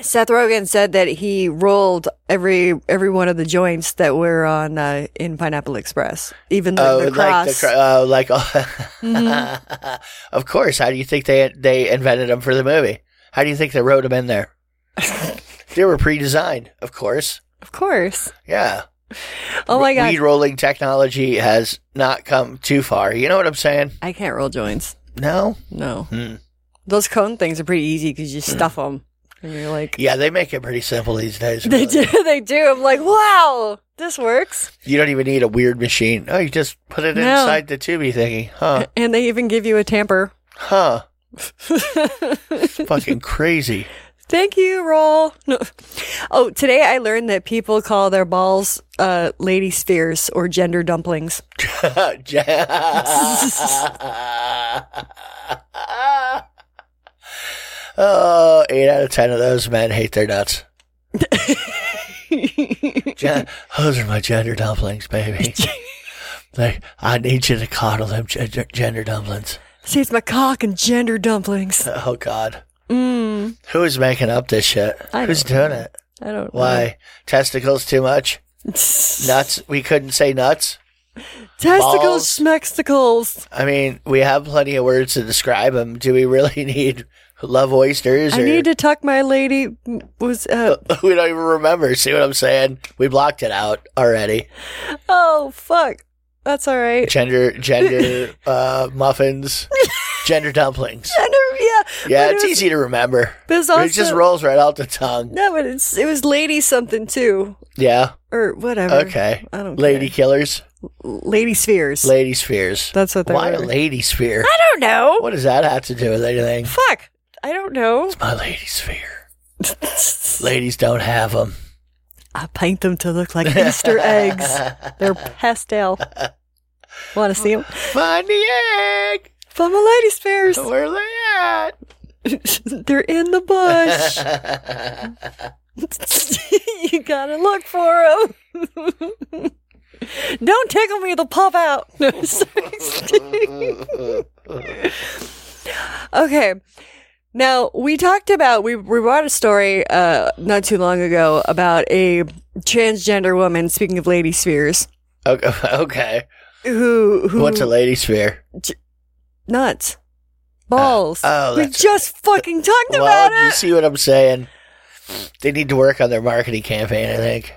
Speaker 7: Seth Rogen said that he rolled every every one of the joints that were on uh, in Pineapple Express, even like the cross.
Speaker 8: Oh,
Speaker 7: Mm-hmm.
Speaker 8: like the cro- oh, like of course. How do you think they they invented them for the movie? How do you think they wrote them in there? they were pre-designed, of course.
Speaker 7: of course.
Speaker 8: Yeah.
Speaker 7: Oh my god,
Speaker 8: Weed rolling technology has not come too far. You know what I'm saying?
Speaker 7: I can't roll joints.
Speaker 8: No.
Speaker 7: No,
Speaker 8: Hmm.
Speaker 7: those cone things are pretty easy because you stuff them and you're like.
Speaker 8: Yeah, they make it pretty simple these days.
Speaker 7: They
Speaker 8: really.
Speaker 7: do. They do. I'm like, wow, this works.
Speaker 8: You don't even need a weird machine. Oh, you just put it
Speaker 7: No.
Speaker 8: inside the tubey thingy, huh?
Speaker 7: And they even give you a tamper.
Speaker 8: Huh. Fucking crazy.
Speaker 7: Thank you, roll. No. Oh, today I learned that people call their balls uh, lady spheres or gender dumplings.
Speaker 8: oh, eight out of ten of those men hate their nuts. Gen- those are my gender dumplings, baby. like, I need you to coddle them gender, gender dumplings.
Speaker 7: See, it's my cock and gender dumplings.
Speaker 8: Oh God,
Speaker 7: Mm,
Speaker 8: who is making up this shit?
Speaker 7: I
Speaker 8: Who's
Speaker 7: don't know.
Speaker 8: doing it?
Speaker 7: I don't
Speaker 8: Why testicles too much?
Speaker 7: know.
Speaker 8: Nuts? We couldn't say nuts. balls.
Speaker 7: Testicles, schmexticles.
Speaker 8: I mean, we have plenty of words to describe them. Do we really need love oysters?
Speaker 7: I
Speaker 8: or-
Speaker 7: need to tuck my lady. Was uh,
Speaker 8: we don't even remember. See what I'm saying? We blocked it out already.
Speaker 7: oh fuck, that's all right.
Speaker 8: Gender, gender uh, muffins, gender dumplings.
Speaker 7: Gender, yeah,
Speaker 8: Yeah,
Speaker 7: but
Speaker 8: it's
Speaker 7: it was-
Speaker 8: easy to remember.
Speaker 7: but it's
Speaker 8: it just
Speaker 7: also-
Speaker 8: rolls right off the tongue.
Speaker 7: No, but it's it was lady something too,
Speaker 8: Yeah.
Speaker 7: or whatever.
Speaker 8: Okay.
Speaker 7: I don't
Speaker 8: Lady
Speaker 7: care.
Speaker 8: killers,
Speaker 7: lady spheres.
Speaker 8: lady spheres.
Speaker 7: That's what they
Speaker 8: Why
Speaker 7: were.
Speaker 8: a lady sphere?
Speaker 7: I don't know.
Speaker 8: What does that have to do with anything?
Speaker 7: Fuck, I don't know.
Speaker 8: My lady sphere. Ladies don't have them.
Speaker 7: I paint them to look like Easter eggs. They're pastel. Want to see them?
Speaker 8: Find the egg.
Speaker 7: From a lady spheres.
Speaker 8: Where are they at?
Speaker 7: They're in the bush. you gotta look for them. Don't tickle me, they'll pop out. No, seriously. okay. Now, we talked about, we, we brought a story uh, not too long ago about a transgender woman, speaking of lady spheres,
Speaker 8: Okay. okay.
Speaker 7: who. who
Speaker 8: What's a lady sphere?
Speaker 7: Nuts. Balls.
Speaker 8: oh,
Speaker 7: we
Speaker 8: that's-
Speaker 7: just fucking talked about
Speaker 8: Well, you
Speaker 7: it.
Speaker 8: see what I'm saying? They need to work on their marketing campaign, I think.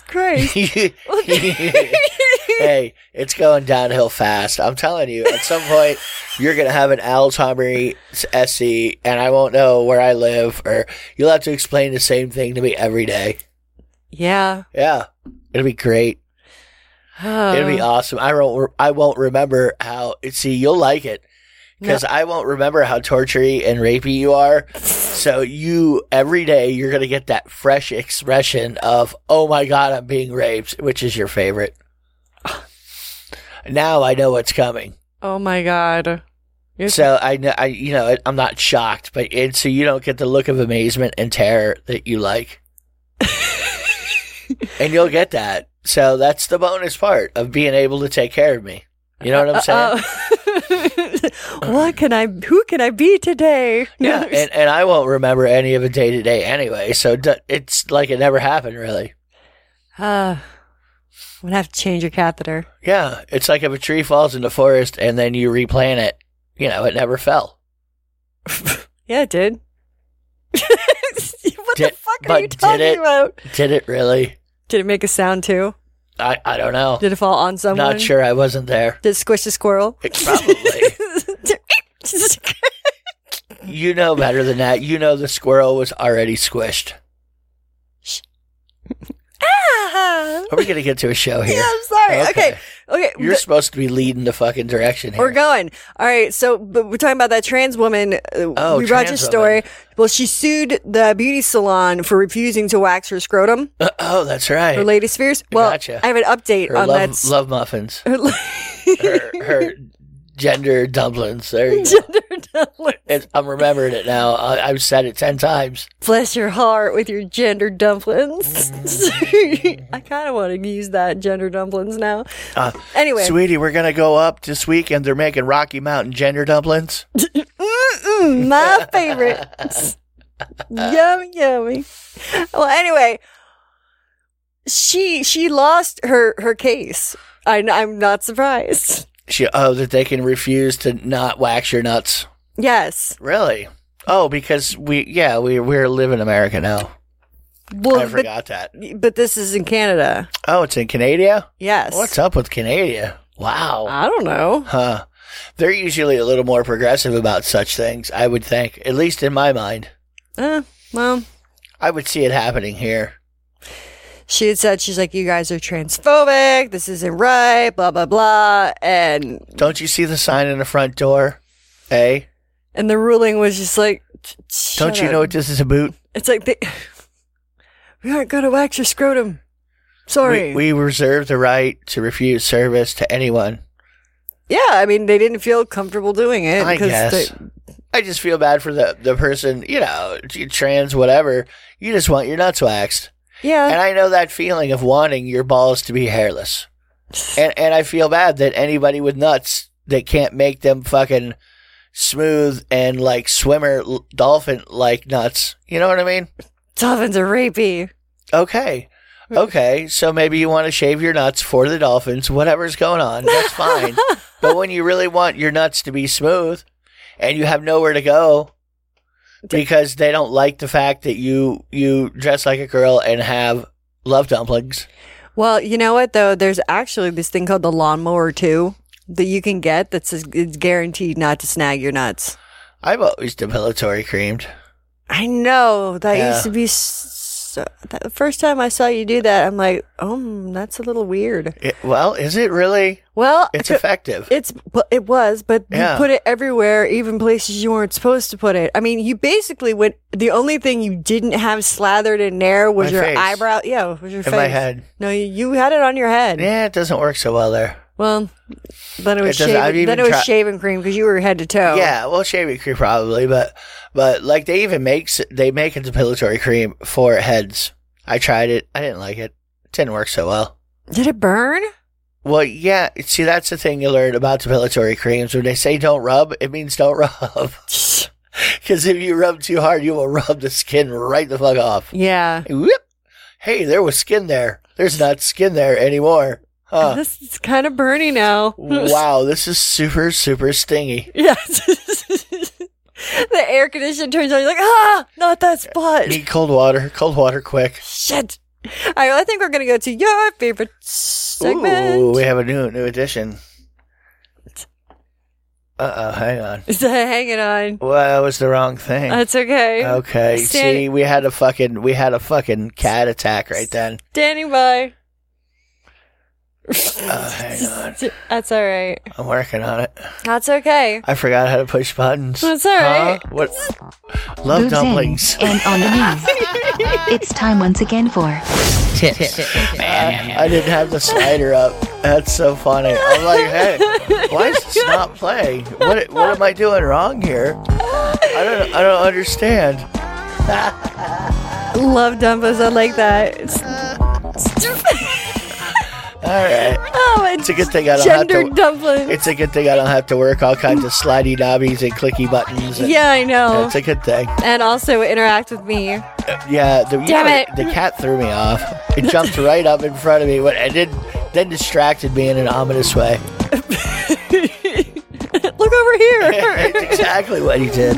Speaker 7: Christ.
Speaker 8: hey, it's going downhill fast. I'm telling you, at some point, you're going to have an Alzheimer's SC, and I won't know where I live, or you'll have to explain the same thing to me every day.
Speaker 7: yeah.
Speaker 8: Yeah. It'll be great. It'll
Speaker 7: Oh,
Speaker 8: be awesome. I won't. I won't remember how. See, you'll like it because I won't remember how tortury and rapey you are. so you every day you're gonna get that fresh expression of "Oh my god, I'm being raped," which is your favorite. now I know what's coming.
Speaker 7: Oh my god. Yes.
Speaker 8: So I know. I you know I'm not shocked, but it, so you don't get the look of amazement and terror that you like, and you'll get that. So that's the bonus part of being able to take care of me. You know what I'm saying?
Speaker 7: Oh, Uh, what can I? Who can I be today?
Speaker 8: Yeah, and, and I won't remember any of it day to day anyway. So d- it's like it never happened, really.
Speaker 7: Uh, I'm gonna have to change your catheter.
Speaker 8: Yeah, it's like if a tree falls in the forest and then you replant it, you know, it never fell.
Speaker 7: Yeah, it did. what
Speaker 8: Did-
Speaker 7: the fuck are
Speaker 8: but
Speaker 7: you
Speaker 8: did
Speaker 7: talking
Speaker 8: it-
Speaker 7: about?
Speaker 8: Did it really?
Speaker 7: Did it make a sound too?
Speaker 8: I, I don't know.
Speaker 7: Did it fall on someone?
Speaker 8: Not sure. I wasn't there.
Speaker 7: Did it squish a squirrel?
Speaker 8: It probably. you know better than that. You know the squirrel was already squished.
Speaker 7: Ah!
Speaker 8: Are we going to get to a show here?
Speaker 7: Yeah, I'm sorry. Okay, okay.
Speaker 8: You're supposed to be leading the fucking direction here.
Speaker 7: We're going. All right. So but we're talking about that trans woman. uh,
Speaker 8: Oh,
Speaker 7: we brought
Speaker 8: trans
Speaker 7: your
Speaker 8: woman.
Speaker 7: story. Well, she sued the beauty salon for refusing to wax her scrotum,
Speaker 8: oh, that's right.
Speaker 7: her lady spheres. Well,
Speaker 8: Gotcha.
Speaker 7: I have an update
Speaker 8: Her
Speaker 7: on
Speaker 8: love,
Speaker 7: that. s-
Speaker 8: love muffins.
Speaker 7: um, her lo-
Speaker 8: her, her gender dumplings. There you go.
Speaker 7: gender dumplings.
Speaker 8: It's- I'm remembering it now. I, I've said it ten times.
Speaker 7: Bless your heart with your gender dumplings. I kind of want to use that gender dumplings now.
Speaker 8: Mm. Uh,
Speaker 7: Anyway,
Speaker 8: Sweetie, we're gonna go up this week, and they're making Rocky Mountain gender dumplings.
Speaker 7: Mm-mm, my favorite. yummy, yummy. Well, anyway, she she lost her her case. I, I'm not surprised.
Speaker 8: She, oh, that they can refuse to not wax your nuts.
Speaker 7: Yes.
Speaker 8: Really? Oh, because we, yeah, we we're living America now.
Speaker 7: Well,
Speaker 8: I
Speaker 7: but-
Speaker 8: forgot that.
Speaker 7: But, this is in Canada.
Speaker 8: Oh, it's in Canada.
Speaker 7: Yes. Uh,
Speaker 8: What's up with Canada? Wow.
Speaker 7: I don't know.
Speaker 8: Huh. They're usually a little more progressive about such things, I would think, at least in my mind.
Speaker 7: Eh, well,
Speaker 8: I would see it happening here.
Speaker 7: she had said she's like, you guys are transphobic. This isn't right. Blah blah blah. And
Speaker 8: Don't you see the sign in the front door? Eh?
Speaker 7: And the ruling was just like, "Sh- shut
Speaker 8: Don't you
Speaker 7: up."
Speaker 8: know what this is about?
Speaker 7: It's like they, we aren't going to wax your scrotum. Sorry.
Speaker 8: We, we reserve the right to refuse service to anyone.
Speaker 7: yeah, I mean they didn't feel comfortable doing it.
Speaker 8: I
Speaker 7: 'cause
Speaker 8: guess.
Speaker 7: they-
Speaker 8: I just feel bad for the, the person, you know, t- trans, whatever. You just want your nuts waxed.
Speaker 7: yeah.
Speaker 8: And I know that feeling of wanting your balls to be hairless. And and I feel bad that anybody with nuts that can't make them fucking smooth and like swimmer dolphin like nuts. You know what I mean?
Speaker 7: Dolphins are rapey.
Speaker 8: Okay. Okay, so maybe you want to shave your nuts for the dolphins, whatever's going on, that's fine. but when you really want your nuts to be smooth and you have nowhere to go because they don't like the fact that you you dress like a girl and have love dumplings.
Speaker 7: Well, you know what though? There's actually this thing called the lawnmower two that you can get that's it's guaranteed not to snag your nuts.
Speaker 8: I've always depilatory creamed.
Speaker 7: I know that
Speaker 8: Yeah.
Speaker 7: used to be. So, the first time I saw you do that, I'm like, oh, that's a little weird.
Speaker 8: It, well, is it really?
Speaker 7: Well,
Speaker 8: It's
Speaker 7: I cou-
Speaker 8: effective.
Speaker 7: It's well, it was, but
Speaker 8: Yeah.
Speaker 7: you put it everywhere, even places you weren't supposed to put it. I mean, you basically went. The only thing you didn't have slathered in there was
Speaker 8: My
Speaker 7: your
Speaker 8: face.
Speaker 7: eyebrow. Yeah, was your
Speaker 8: In
Speaker 7: face.
Speaker 8: my head.
Speaker 7: No, you, you had it on your head.
Speaker 8: yeah, it doesn't work so well there.
Speaker 7: Well, then it was
Speaker 8: It doesn't- I've
Speaker 7: shaving,
Speaker 8: even
Speaker 7: then it was
Speaker 8: tri-
Speaker 7: shaving cream because you were head to toe.
Speaker 8: Yeah, well, shaving cream probably, but but like they even makes they make a depilatory cream for heads. I tried it. I didn't like it. It didn't work so well.
Speaker 7: Did it burn?
Speaker 8: Well, yeah. See, that's the thing you learn about depilatory creams. When they say don't rub, it means don't rub. Because if you rub too hard, you will rub the skin right the fuck off.
Speaker 7: Yeah.
Speaker 8: Whoop. Hey, there was skin there. There's not skin there anymore. Huh.
Speaker 7: This is kind of burny now.
Speaker 8: wow, this is super, super stingy.
Speaker 7: Yes. the air conditioner turns on. You're like, ah, not that spot.
Speaker 8: Need cold water. Cold water quick.
Speaker 7: Shit. All right, well, I think we're going to go to your favorite segment.
Speaker 8: Ooh, we have a new new addition. Uh oh, hang on.
Speaker 7: Is that hanging on?
Speaker 8: Well, that was the wrong thing.
Speaker 7: That's okay.
Speaker 8: okay.
Speaker 7: Uh, Stand-
Speaker 8: See, we had a fucking we had a fucking cat attack right then.
Speaker 7: Standing by.
Speaker 8: Oh, hang on.
Speaker 7: That's all right.
Speaker 8: I'm working on it.
Speaker 7: That's okay.
Speaker 8: I forgot how to push buttons.
Speaker 7: That's all
Speaker 8: Huh?
Speaker 7: right.
Speaker 8: What? Love
Speaker 4: Boobs in
Speaker 8: dumplings.
Speaker 4: and on the knees. it's time once again for
Speaker 8: I didn't have the slider up. That's so funny. I'm like, hey, why is this not playing? What what am I doing wrong here? I don't I don't understand.
Speaker 7: Love dumpers. I like that. It's-
Speaker 8: All right.
Speaker 7: oh,
Speaker 8: It's a good thing I don't
Speaker 7: gender
Speaker 8: have to.
Speaker 7: dumpling.
Speaker 8: It's a good thing I don't have to work all kinds of slidey knobbies and clicky buttons. And,
Speaker 7: yeah, I know.
Speaker 8: It's a good thing.
Speaker 7: and also interact with me.
Speaker 8: Yeah, the,
Speaker 7: Damn it.
Speaker 8: the cat threw me off. It jumped right up in front of me, but it did then distracted me in an ominous way.
Speaker 7: Look over here.
Speaker 8: That's exactly what he did.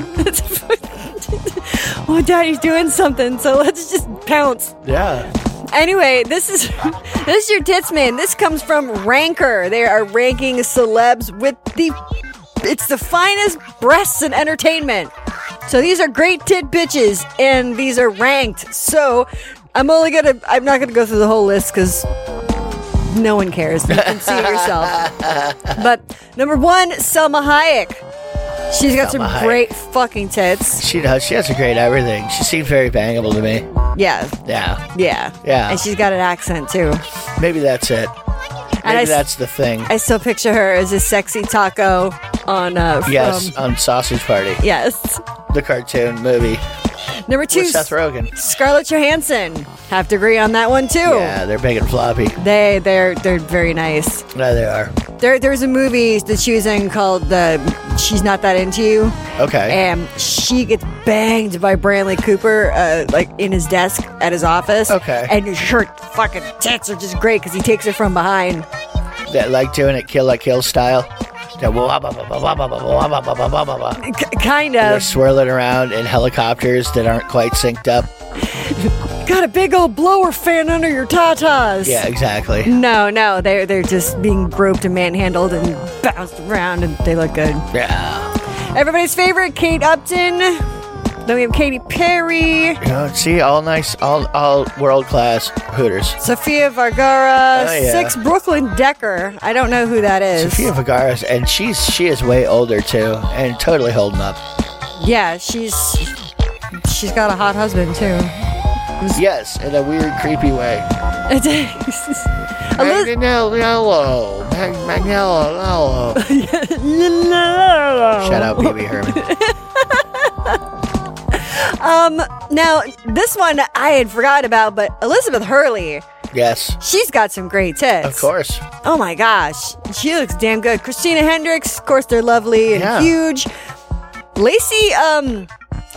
Speaker 7: well, Daddy's doing something, so let's just pounce.
Speaker 8: Yeah.
Speaker 7: Anyway, this is this is your tits man. This comes from Ranker. They are ranking celebs with the it's the finest breasts in entertainment. So these are great tit bitches, and these are ranked. So I'm only gonna I'm not gonna go through the whole list because no one cares. You can see it yourself. But number one, Selma Hayek. She's got
Speaker 8: Selma
Speaker 7: some
Speaker 8: Hayek.
Speaker 7: great fucking tits.
Speaker 8: She does. She has a great everything. She seems very bangable to me.
Speaker 7: Yeah,
Speaker 8: Yeah.
Speaker 7: yeah,
Speaker 8: Yeah.
Speaker 7: And she's got an accent too.
Speaker 8: Maybe that's it.
Speaker 7: And
Speaker 8: Maybe
Speaker 7: I s-
Speaker 8: that's the thing.
Speaker 7: I still picture her as a sexy taco on uh from,
Speaker 8: yes, on Sausage Party,
Speaker 7: yes.
Speaker 8: the cartoon movie
Speaker 7: Number two,
Speaker 8: with Seth Rogen.
Speaker 7: Scarlett Johansson. Have to agree on that one too.
Speaker 8: Yeah, they're big and floppy.
Speaker 7: They they're they're very nice.
Speaker 8: Yeah, they are.
Speaker 7: There there's a movie that she was in called the She's Not That Into You.
Speaker 8: Okay.
Speaker 7: And she gets banged by Branley Cooper, uh, like in his desk at his office.
Speaker 8: Okay.
Speaker 7: And her fucking tits are just great because he takes her from behind.
Speaker 8: that like doing it kill like kill style. That wah, bah, bah, bah, bah, bah, bah, bah, bah, bah, bah, bah, bah, bah.
Speaker 7: K- kind
Speaker 8: They're
Speaker 7: of.
Speaker 8: swirling around in helicopters that aren't quite synced up.
Speaker 7: Got a big old blower fan under your tatas.
Speaker 8: Yeah, exactly.
Speaker 7: No, no, they're they're just being groped and manhandled and bounced around, and they look good.
Speaker 8: Yeah.
Speaker 7: Everybody's favorite, Kate Upton. Then we have Katy Perry,
Speaker 8: You know, see, all nice, all all world class hooters.
Speaker 7: Sofia Vergara,
Speaker 8: Oh, yeah.
Speaker 7: six Brooklyn Decker. I don't know who that is.
Speaker 8: Sofia Vergara's, and she's she is way older too, and totally holding up.
Speaker 7: Yeah, she's she's got a hot husband too.
Speaker 8: Yes, in a weird, creepy way.
Speaker 7: Eliz-
Speaker 8: Magnello, Mag- Magnello. Shut up, baby Herman.
Speaker 7: Um, now this one I had forgot about, but Elizabeth Hurley,
Speaker 8: Yes,
Speaker 7: she's got some great tits.
Speaker 8: of course.
Speaker 7: Oh my gosh, she looks damn good. Christina Hendricks, of course, they're lovely and
Speaker 8: Yeah.
Speaker 7: huge. Lacey um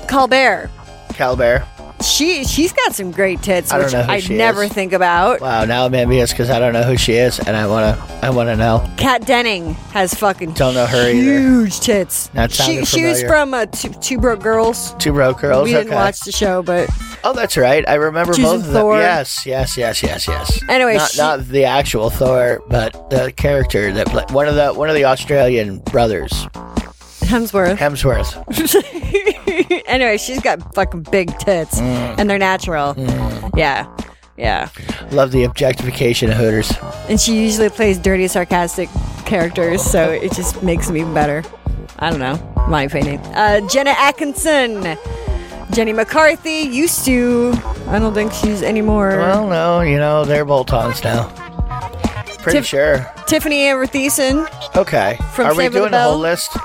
Speaker 7: Colbert,
Speaker 8: Calbear.
Speaker 7: she she's got some great tits,
Speaker 8: I don't
Speaker 7: which
Speaker 8: know who
Speaker 7: I
Speaker 8: she
Speaker 7: never
Speaker 8: is.
Speaker 7: think about.
Speaker 8: Wow, now I'm envious because I don't know who she is, and I wanna, I wanna know.
Speaker 7: Kat Denning has fucking
Speaker 8: Don't know her either.
Speaker 7: huge tits.
Speaker 8: That
Speaker 7: she
Speaker 8: sounded
Speaker 7: she was
Speaker 8: familiar.
Speaker 7: from uh, two, two Broke Girls.
Speaker 8: Two broke girls.
Speaker 7: we didn't
Speaker 8: okay.
Speaker 7: watch the show, but
Speaker 8: Oh, that's right. I remember
Speaker 7: She's in
Speaker 8: both of them.
Speaker 7: Thor.
Speaker 8: Yes, yes, yes, yes, yes.
Speaker 7: Anyway,
Speaker 8: not,
Speaker 7: she-
Speaker 8: not the actual Thor, but the character that pla one of the one of the Australian brothers,
Speaker 7: Hemsworth.
Speaker 8: Hemsworth.
Speaker 7: anyway, she's got fucking big tits,
Speaker 8: Mm.
Speaker 7: and they're natural. Yeah, yeah.
Speaker 8: Love the objectification of Hooters.
Speaker 7: And she usually plays dirty, sarcastic characters, so it just makes them even better. I don't know, my opinion. Uh, Jenna Atkinson, Jenny McCarthy used to. I don't think she's anymore.
Speaker 8: Well, no, you know they're bolt-ons now. Pretty
Speaker 7: Tiff-
Speaker 8: sure.
Speaker 7: Tiffany Amber Thiessen.
Speaker 8: Okay.
Speaker 7: From
Speaker 8: Are we
Speaker 7: Saved by the
Speaker 8: doing a whole
Speaker 7: Bell?
Speaker 8: list?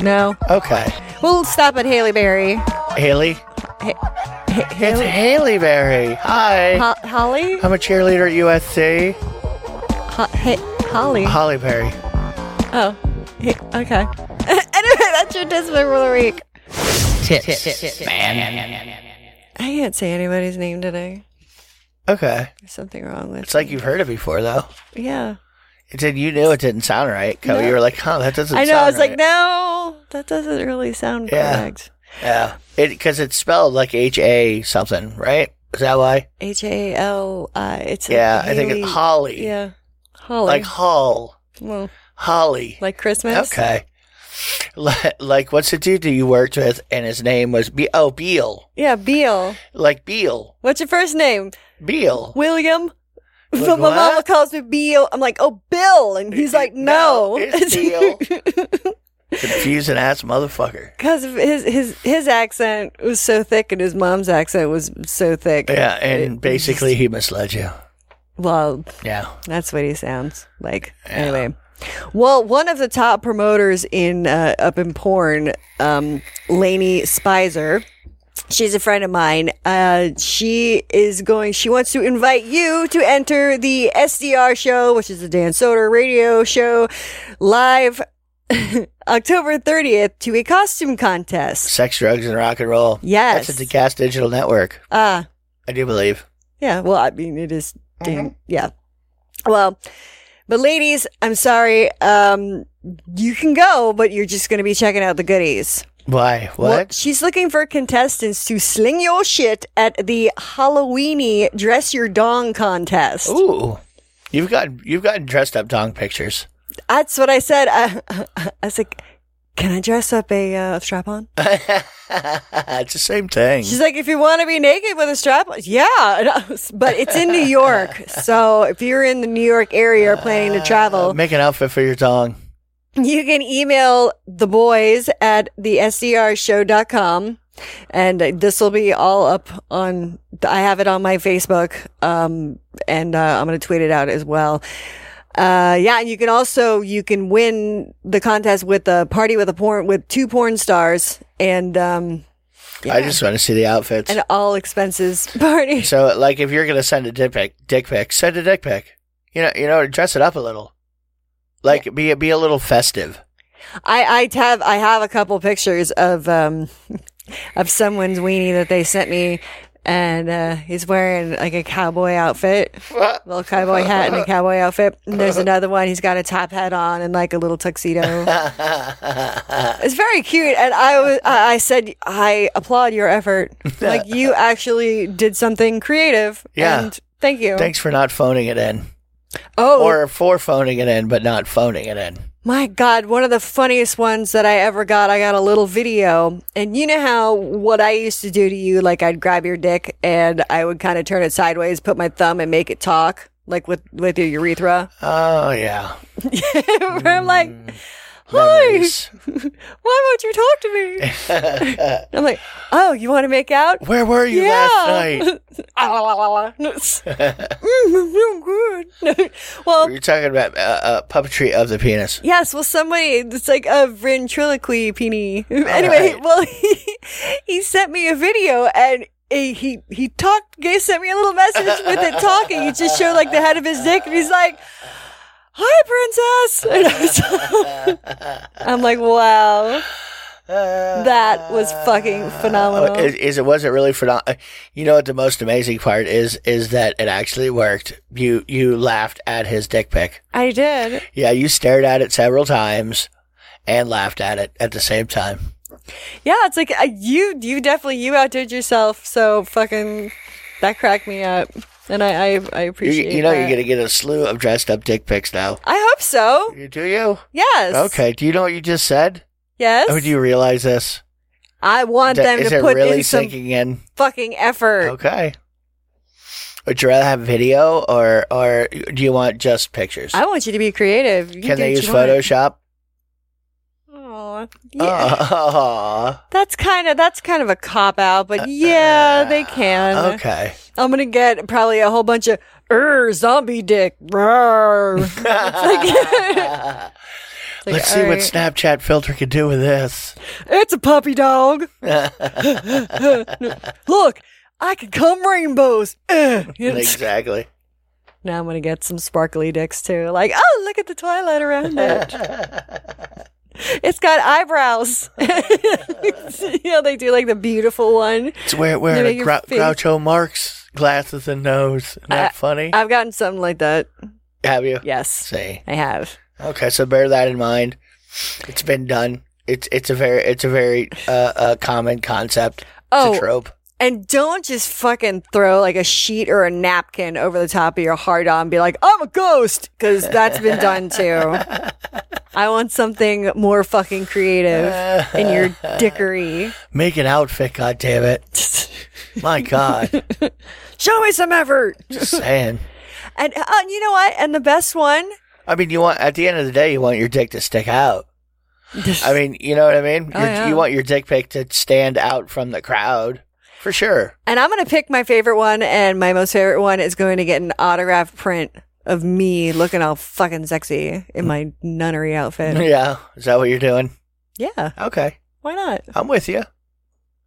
Speaker 7: No,
Speaker 8: Okay.
Speaker 7: we'll stop at Haley Berry.
Speaker 8: Haley. It's
Speaker 7: Haley,
Speaker 8: Haley Berry. Hi.
Speaker 7: Ho- Holly,
Speaker 8: I'm a cheerleader at USC.
Speaker 7: Ho- Ho- Holly.
Speaker 8: Holly Berry.
Speaker 7: Oh, he- okay. anyway, that's your dismember of the week. I can't say anybody's name today.
Speaker 8: Okay.
Speaker 7: There's something wrong with.
Speaker 8: It's like you've heard it before, though.
Speaker 7: Yeah,
Speaker 8: It did. You knew it didn't sound right. Co. You were like, "Huh, that doesn't."
Speaker 7: I know.
Speaker 8: Sound
Speaker 7: I was like,
Speaker 8: right.
Speaker 7: no, that doesn't really sound
Speaker 8: Yeah.
Speaker 7: correct.
Speaker 8: Yeah, it because it's spelled like H A something, right? Is that why?
Speaker 7: H a l i. It's
Speaker 8: Yeah,
Speaker 7: like
Speaker 8: I think it's
Speaker 7: Haley-
Speaker 8: Holly.
Speaker 7: Yeah, Holly.
Speaker 8: like Hall,
Speaker 7: well,
Speaker 8: Holly.
Speaker 7: like Christmas.
Speaker 8: okay. Li- Like, what's the dude that you worked with, and his name was Be- oh Beal,
Speaker 7: Yeah, Beal.
Speaker 8: like Beal,
Speaker 7: What's your first name?
Speaker 8: Beal.
Speaker 7: William.
Speaker 8: Like
Speaker 7: But my mama
Speaker 8: what?
Speaker 7: calls me Beal. I'm like, oh, Bill, and he's like, no,
Speaker 8: No, it's Confusing ass motherfucker.
Speaker 7: because of his his his accent was so thick and his mom's accent was so thick.
Speaker 8: Yeah, and basically he misled you.
Speaker 7: Well,
Speaker 8: Yeah.
Speaker 7: that's what he sounds like. Anyway, well, one of the top promoters in uh, up in porn, um, Lainey Spicer. She's a friend of mine. Uh, she is going. She wants to invite you to enter the SDR show, which is the Dan Soder radio show, live October thirtieth to a costume contest.
Speaker 8: Sex, drugs, and rock and roll.
Speaker 7: Yes.
Speaker 8: That's at the Cast Digital Network.
Speaker 7: Ah,
Speaker 8: I do believe.
Speaker 7: Yeah, well, I mean, it is
Speaker 8: Mm-hmm.
Speaker 7: damn. Yeah. Well, but ladies, I'm sorry. Um, you can go, but you're just going to be checking out the goodies.
Speaker 8: Why? What?
Speaker 7: Well, she's looking for contestants to sling your shit at the Halloweeny dress your dong contest.
Speaker 8: Ooh, you've gotten you've gotten dressed up dong pictures.
Speaker 7: That's what I said. I, I was like, "Can I dress up a uh, strap on?"
Speaker 8: Mm-hmm. it's the same thing.
Speaker 7: She's like, if you want to be naked with a strap, on- yeah. And I was- But it's in New York, so if you're in the New York area or planning to travel,
Speaker 8: Uh, make an outfit for your dong.
Speaker 7: You can email the boys at the sdrshow.com. And this will be all up on, I have it on my Facebook. Um, and, uh, I'm going to tweet it out as well. Uh, yeah. And you can also, you can win the contest with a party with a porn, with two porn stars and, um,
Speaker 8: I just want to see the outfits.
Speaker 7: an all expenses party.
Speaker 8: So, like, if you're gonna send a dick pic, dick pic, send a dick pic. You know, you know, dress it up a little. Like, be be a little festive.
Speaker 7: I, I have I have a couple pictures of um of someone's weenie that they sent me, and uh, he's wearing like a cowboy outfit, little cowboy hat and a cowboy outfit. And there's another one he's got a top hat on and like a little tuxedo. it's very cute, and I was I I said I applaud your effort. Like you actually did something creative.
Speaker 8: Yeah.
Speaker 7: And thank you.
Speaker 8: Thanks for not phoning it in,
Speaker 7: Oh,
Speaker 8: or for phoning it in, but not phoning it in.
Speaker 7: My God, one of the funniest ones that I ever got, I got a little video. And you know how what I used to do to you, like I'd grab your dick and I would kind of turn it sideways, put my thumb and make it talk, like with, with your urethra.
Speaker 8: Oh yeah,
Speaker 7: Where I'm like, Hi.
Speaker 8: Memories.
Speaker 7: Why won't you talk to me? I'm like, oh, you want to make out?
Speaker 8: Where were you last night?
Speaker 7: last night? mm, I'm good. well,
Speaker 8: We We're talking about uh, uh, puppetry of the penis.
Speaker 7: Yes, well, somebody, it's like a ventriloquy peenie. Anyway,
Speaker 8: right.
Speaker 7: well, he, he sent me a video and he, he, he talked, he sent me a little message with it talking. He just showed like the head of his dick and he's like, Hi, princess. And I was, I'm like, wow, that was fucking phenomenal.
Speaker 8: Oh, is, is it was it really phenomenal? You know what the most amazing part is is that it actually worked. You you laughed at his dick pic.
Speaker 7: I did.
Speaker 8: Yeah, you stared at it several times and laughed at it at the same time.
Speaker 7: Yeah, it's like uh, you, you definitely, you outdid yourself. So fucking, that cracked me up. And I, I, I
Speaker 8: You,
Speaker 7: appreciate
Speaker 8: you know
Speaker 7: that.
Speaker 8: you're gonna get a slew of dressed up dick pics now.
Speaker 7: I hope so.
Speaker 8: You do you?
Speaker 7: Yes.
Speaker 8: Okay. Do you know what you just said?
Speaker 7: Yes.
Speaker 8: Oh, do you realize this?
Speaker 7: I want
Speaker 8: Is it-
Speaker 7: them
Speaker 8: is
Speaker 7: to
Speaker 8: it
Speaker 7: put
Speaker 8: really
Speaker 7: in some
Speaker 8: sinking in?
Speaker 7: fucking effort.
Speaker 8: Okay. Would you rather have video or or do you want just pictures?
Speaker 7: I want you to be creative. You
Speaker 8: Can
Speaker 7: do
Speaker 8: they
Speaker 7: what
Speaker 8: use
Speaker 7: you want.
Speaker 8: Photoshop?
Speaker 7: Aw, yeah.
Speaker 8: Oh,
Speaker 7: That's kind of that's kind of a cop out, but yeah, they can.
Speaker 8: Uh, okay.
Speaker 7: I'm gonna get probably a whole bunch of er zombie dick. Rawr. It's like- It's like,
Speaker 8: Let's see
Speaker 7: all
Speaker 8: what
Speaker 7: right.
Speaker 8: Snapchat filter can do with this.
Speaker 7: It's a puppy dog. Look, I can come rainbows. Eh.
Speaker 8: exactly.
Speaker 7: Now I'm gonna get some sparkly dicks too. Like, oh, look at the twilight around it. it's got eyebrows. you know, they do like the beautiful one.
Speaker 8: It's where
Speaker 7: They
Speaker 8: where
Speaker 7: make your
Speaker 8: Groucho
Speaker 7: face- Uh,
Speaker 8: Marx glasses and nose. Isn't that
Speaker 7: I-
Speaker 8: funny?
Speaker 7: I've gotten something like that.
Speaker 8: have you?
Speaker 7: Yes,
Speaker 8: See.
Speaker 7: I have.
Speaker 8: Okay, so bear that in mind. It's been done. It's it's a very it's a very uh, uh common concept. It's
Speaker 7: Oh.
Speaker 8: a trope.
Speaker 7: And don't just fucking throw like a sheet or a napkin over the top of your hard on and be like, I'm a ghost, because that's been done too. I want something more fucking creative in your dickery.
Speaker 8: Make an outfit, god damn it. My god.
Speaker 7: Show me some effort.
Speaker 8: Just saying.
Speaker 7: And uh, you know what? And the best one,
Speaker 8: I mean, you want at the end of the day, you want your dick to stick out. I mean, you know what I mean.
Speaker 7: Oh,
Speaker 8: Your-
Speaker 7: yeah.
Speaker 8: You want your dick pic to stand out from the crowd for sure.
Speaker 7: and I'm going to pick my favorite one, and my most favorite one is going to get an autograph print of me looking all fucking sexy in my nunnery outfit.
Speaker 8: yeah, is that what you're doing?
Speaker 7: Yeah,
Speaker 8: Okay,
Speaker 7: why not?
Speaker 8: I'm with you.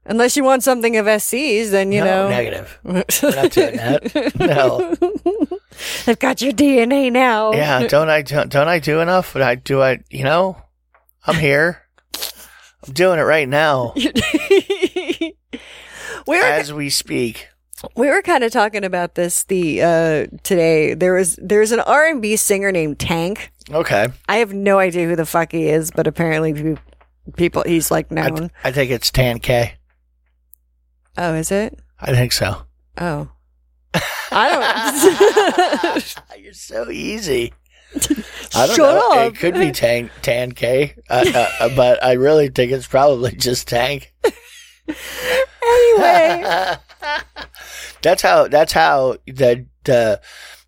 Speaker 7: Unless you want something of SC's, then you
Speaker 8: no,
Speaker 7: know.
Speaker 8: negative. We're not doing that. No.
Speaker 7: I've got your DNA now.
Speaker 8: Yeah, don't I don't, don't I do enough? Would I do I? You know, I'm here. I'm doing it right now
Speaker 7: we were
Speaker 8: as we speak.
Speaker 7: we were kind of talking about this the uh today. There was there's an R and B singer named Tank.
Speaker 8: Okay,
Speaker 7: I have no idea who the fuck he is, but apparently pe- people he's like
Speaker 8: I,
Speaker 7: known.
Speaker 8: I think it's Tan K.
Speaker 7: oh, is it?
Speaker 8: I think so.
Speaker 7: Oh. I don't
Speaker 8: You're so easy. I don't
Speaker 7: Shut
Speaker 8: know.
Speaker 7: up.
Speaker 8: It could be Tank Tan K, uh, uh, but I really think it's probably just Tank.
Speaker 7: anyway.
Speaker 8: That's how. That's how the the.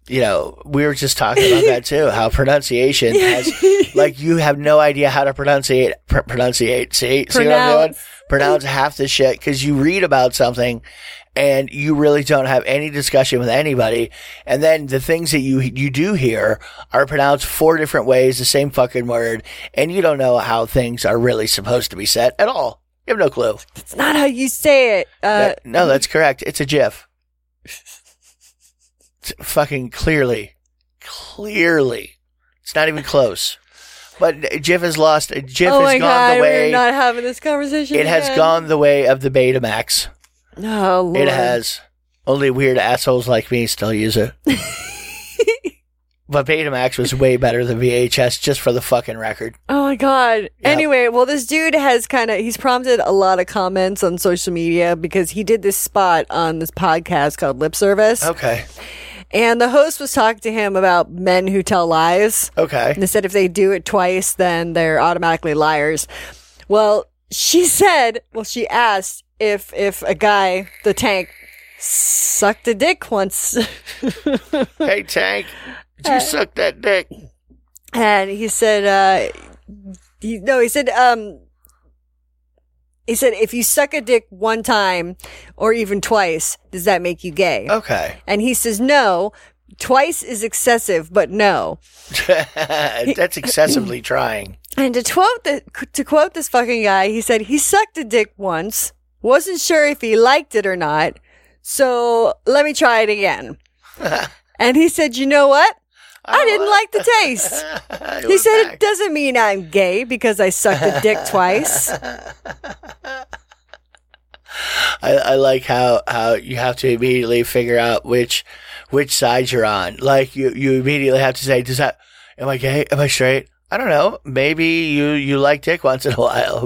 Speaker 8: You know, we were just talking about that too. How pronunciation has, like, you have no idea how to pronunciate, pr- pronunciate. See, see what I'm doing?
Speaker 7: Pronounce.
Speaker 8: Pronounce half the shit because you read about something and you really don't have any discussion with anybody. And then the things that you you do hear are pronounced four different ways, the same fucking word, and you don't know how things are really supposed to be said at all. You have no clue.
Speaker 7: It's not how you say it. Uh
Speaker 8: That- no, that's correct. It's a GIF. It's fucking clearly, clearly, it's not even close. But GIF has lost. GIF
Speaker 7: oh
Speaker 8: has
Speaker 7: my
Speaker 8: gone
Speaker 7: god,
Speaker 8: the way.
Speaker 7: we're not having this conversation.
Speaker 8: it has
Speaker 7: again.
Speaker 8: gone the way of the Betamax.
Speaker 7: Oh, Lord.
Speaker 8: It has. Only weird assholes like me still use it. but Betamax was way better than VHS, just for the fucking record.
Speaker 7: Oh my god. Anyway, well this dude has kind of he's prompted a lot of comments on social media because he did this spot on this podcast called Lip Service.
Speaker 8: Okay.
Speaker 7: And the host was talking to him about men who tell lies.
Speaker 8: Okay.
Speaker 7: And they said if they do it twice then they're automatically liars. Well, she said, well she asked if if a guy, the tank sucked a dick once
Speaker 8: hey,
Speaker 7: Uh,
Speaker 8: Tank, did you suck that dick?
Speaker 7: and he said uh He, no, he said, um, he said, if you suck a dick one time or even twice, does that make you gay?
Speaker 8: Okay.
Speaker 7: And he says, no, twice is excessive, but no.
Speaker 8: Uh, That's excessively trying.
Speaker 7: And to quote the, to quote this fucking guy, he said he sucked a dick once, wasn't sure if he liked it or not, so let me try it again. and he said, you know what?
Speaker 8: Oh.
Speaker 7: I didn't like the taste. He said it doesn't mean I'm gay because I sucked a dick twice.
Speaker 8: I, I like how, how you have to immediately figure out which which side you're on. Like you, you immediately have to say, does that am I gay? Am I straight? I don't know. Maybe you, you like dick once in a while.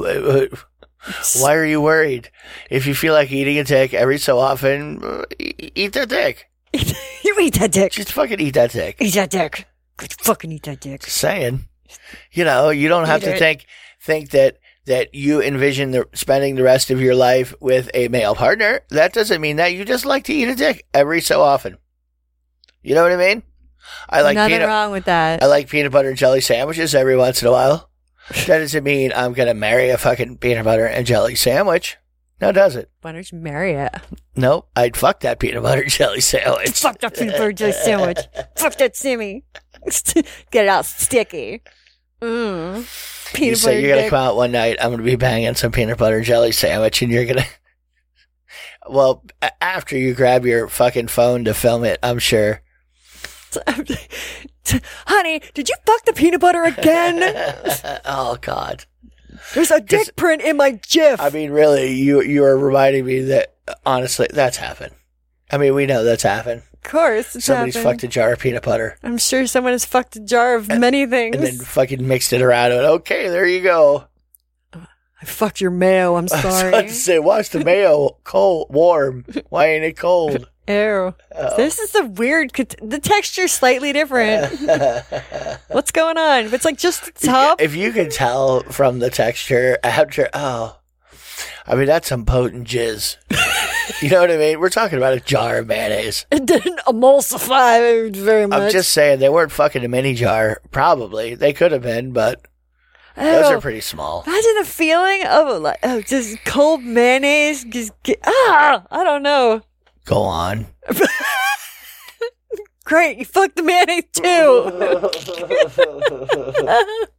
Speaker 8: Why are you worried? If you feel like eating a dick every so often, uh, e- eat that dick.
Speaker 7: you eat that dick.
Speaker 8: Just fucking eat that dick.
Speaker 7: Eat that dick. Fucking eat that dick.
Speaker 8: Just saying. You know, you don't have
Speaker 7: Eat
Speaker 8: to
Speaker 7: it.
Speaker 8: think think that that you envision the, spending the rest of your life with a male partner. That doesn't mean that you just like to eat a dick every so often. You know what I mean? I like
Speaker 7: Nothing
Speaker 8: peanut.
Speaker 7: wrong with that.
Speaker 8: I like peanut butter and jelly sandwiches every once in a while. That doesn't mean I'm gonna marry a fucking peanut butter and jelly sandwich. No, does it?
Speaker 7: Why don't you marry it?
Speaker 8: Nope. I'd fuck that peanut butter and jelly sandwich.
Speaker 7: Fuck that peanut butter jelly sandwich. Fuck that Sammy. Get it all sticky. Mm.
Speaker 8: you
Speaker 7: Peanut
Speaker 8: say
Speaker 7: butter
Speaker 8: you're gonna
Speaker 7: dick.
Speaker 8: come out one night. I'm gonna be banging some peanut butter and jelly sandwich, and you're gonna. Well, a- after you grab your fucking phone to film it, I'm sure.
Speaker 7: Honey, did you fuck the peanut butter again?
Speaker 8: oh God!
Speaker 7: There's a dick print in my GIF.
Speaker 8: I mean, really, you you are reminding me that honestly, that's happened. I mean, we know that's happened.
Speaker 7: of course, it's
Speaker 8: Somebody's
Speaker 7: happened.
Speaker 8: fucked a jar of peanut butter
Speaker 7: I'm sure someone has fucked a jar of many things.
Speaker 8: and then fucking mixed it around. And okay, there you go.
Speaker 7: I fucked your mayo. I'm
Speaker 8: I was
Speaker 7: sorry.
Speaker 8: about to say, watch the mayo cold, warm. Why ain't it cold?
Speaker 7: Ew.
Speaker 8: Oh.
Speaker 7: This is a weird. cat- The texture's slightly different. What's going on? If it's like just the top,
Speaker 8: If you can tell from the texture after, oh, I mean, that's some potent jizz. you know what I mean? We're talking about a jar of mayonnaise.
Speaker 7: it didn't emulsify very much.
Speaker 8: I'm just saying they weren't fucking a mini jar. Probably they could have been, but those
Speaker 7: Ew.
Speaker 8: are pretty small.
Speaker 7: Imagine the feeling of like oh, just cold mayonnaise. Just get, ah, I don't know.
Speaker 8: Go on.
Speaker 7: Great, you fucked the mayonnaise too.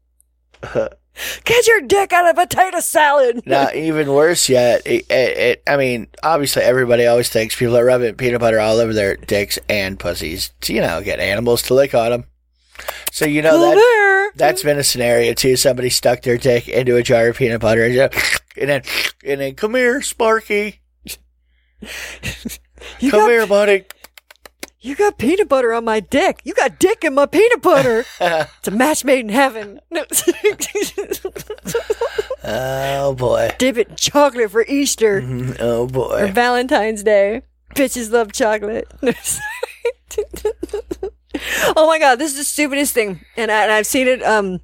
Speaker 7: Get your dick out of potato salad.
Speaker 8: Now, even worse yet, it, it, it, I mean, obviously, everybody always thinks people are rubbing peanut butter all over their dicks and pussies to, you know, get animals to lick on them. So, you know,
Speaker 7: Hello
Speaker 8: that,
Speaker 7: there.
Speaker 8: that's been a scenario too. Somebody stuck their dick into a jar of peanut butter and, then- and then, and then, come here, Sparky.
Speaker 7: You
Speaker 8: come
Speaker 7: got,
Speaker 8: here, buddy.
Speaker 7: You got peanut butter on my dick. You got dick in my peanut butter. it's a match made in heaven. No.
Speaker 8: Oh, boy.
Speaker 7: Dip it in chocolate for Easter
Speaker 8: Oh,
Speaker 7: or
Speaker 8: boy.
Speaker 7: Valentine's Day. Bitches love chocolate. No, sorry. oh my god, this is the stupidest thing, and, I, and I've seen it um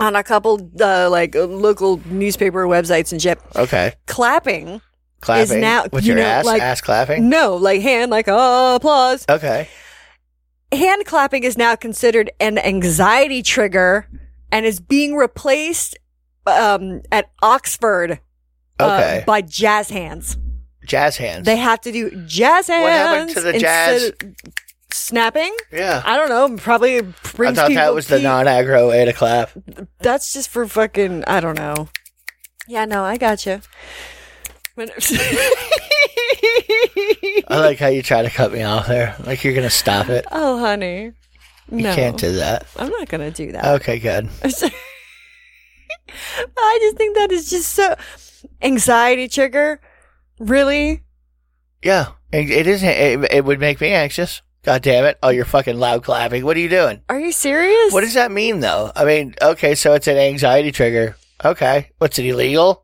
Speaker 7: on a couple uh, like uh, local newspaper websites and shit.
Speaker 8: Okay.
Speaker 7: Clapping, is
Speaker 8: Clapping.
Speaker 7: now
Speaker 8: With
Speaker 7: you
Speaker 8: your
Speaker 7: know,
Speaker 8: ass?
Speaker 7: like
Speaker 8: ass clapping?
Speaker 7: no, like hand, like oh, applause.
Speaker 8: Okay.
Speaker 7: hand clapping is now considered an anxiety trigger and is being replaced um, at Oxford uh,
Speaker 8: Okay.
Speaker 7: by jazz hands.
Speaker 8: Jazz hands.
Speaker 7: They have to do jazz hands.
Speaker 8: What happened to the
Speaker 7: instead
Speaker 8: jazz?
Speaker 7: of Snapping?
Speaker 8: yeah.
Speaker 7: I don't know. Probably
Speaker 8: I
Speaker 7: brings
Speaker 8: thought
Speaker 7: people
Speaker 8: that was the
Speaker 7: pe-
Speaker 8: non aggro way to clap.
Speaker 7: That's just for fucking. I don't know. Yeah, no, I got you.
Speaker 8: I like how you try to cut me off there. Like you're gonna stop it.
Speaker 7: oh, honey,
Speaker 8: You
Speaker 7: no,
Speaker 8: can't Uh, do that.
Speaker 7: I'm not gonna do that.
Speaker 8: Okay, good.
Speaker 7: I just think that is just so anxiety trigger. Really?
Speaker 8: Yeah, it, it is. It, it would make me anxious. God damn it! Oh, you're fucking loud clapping. What are you doing?
Speaker 7: Are you serious?
Speaker 8: What does that mean, though? I mean, okay, so it's an anxiety trigger. Okay, what's it illegal?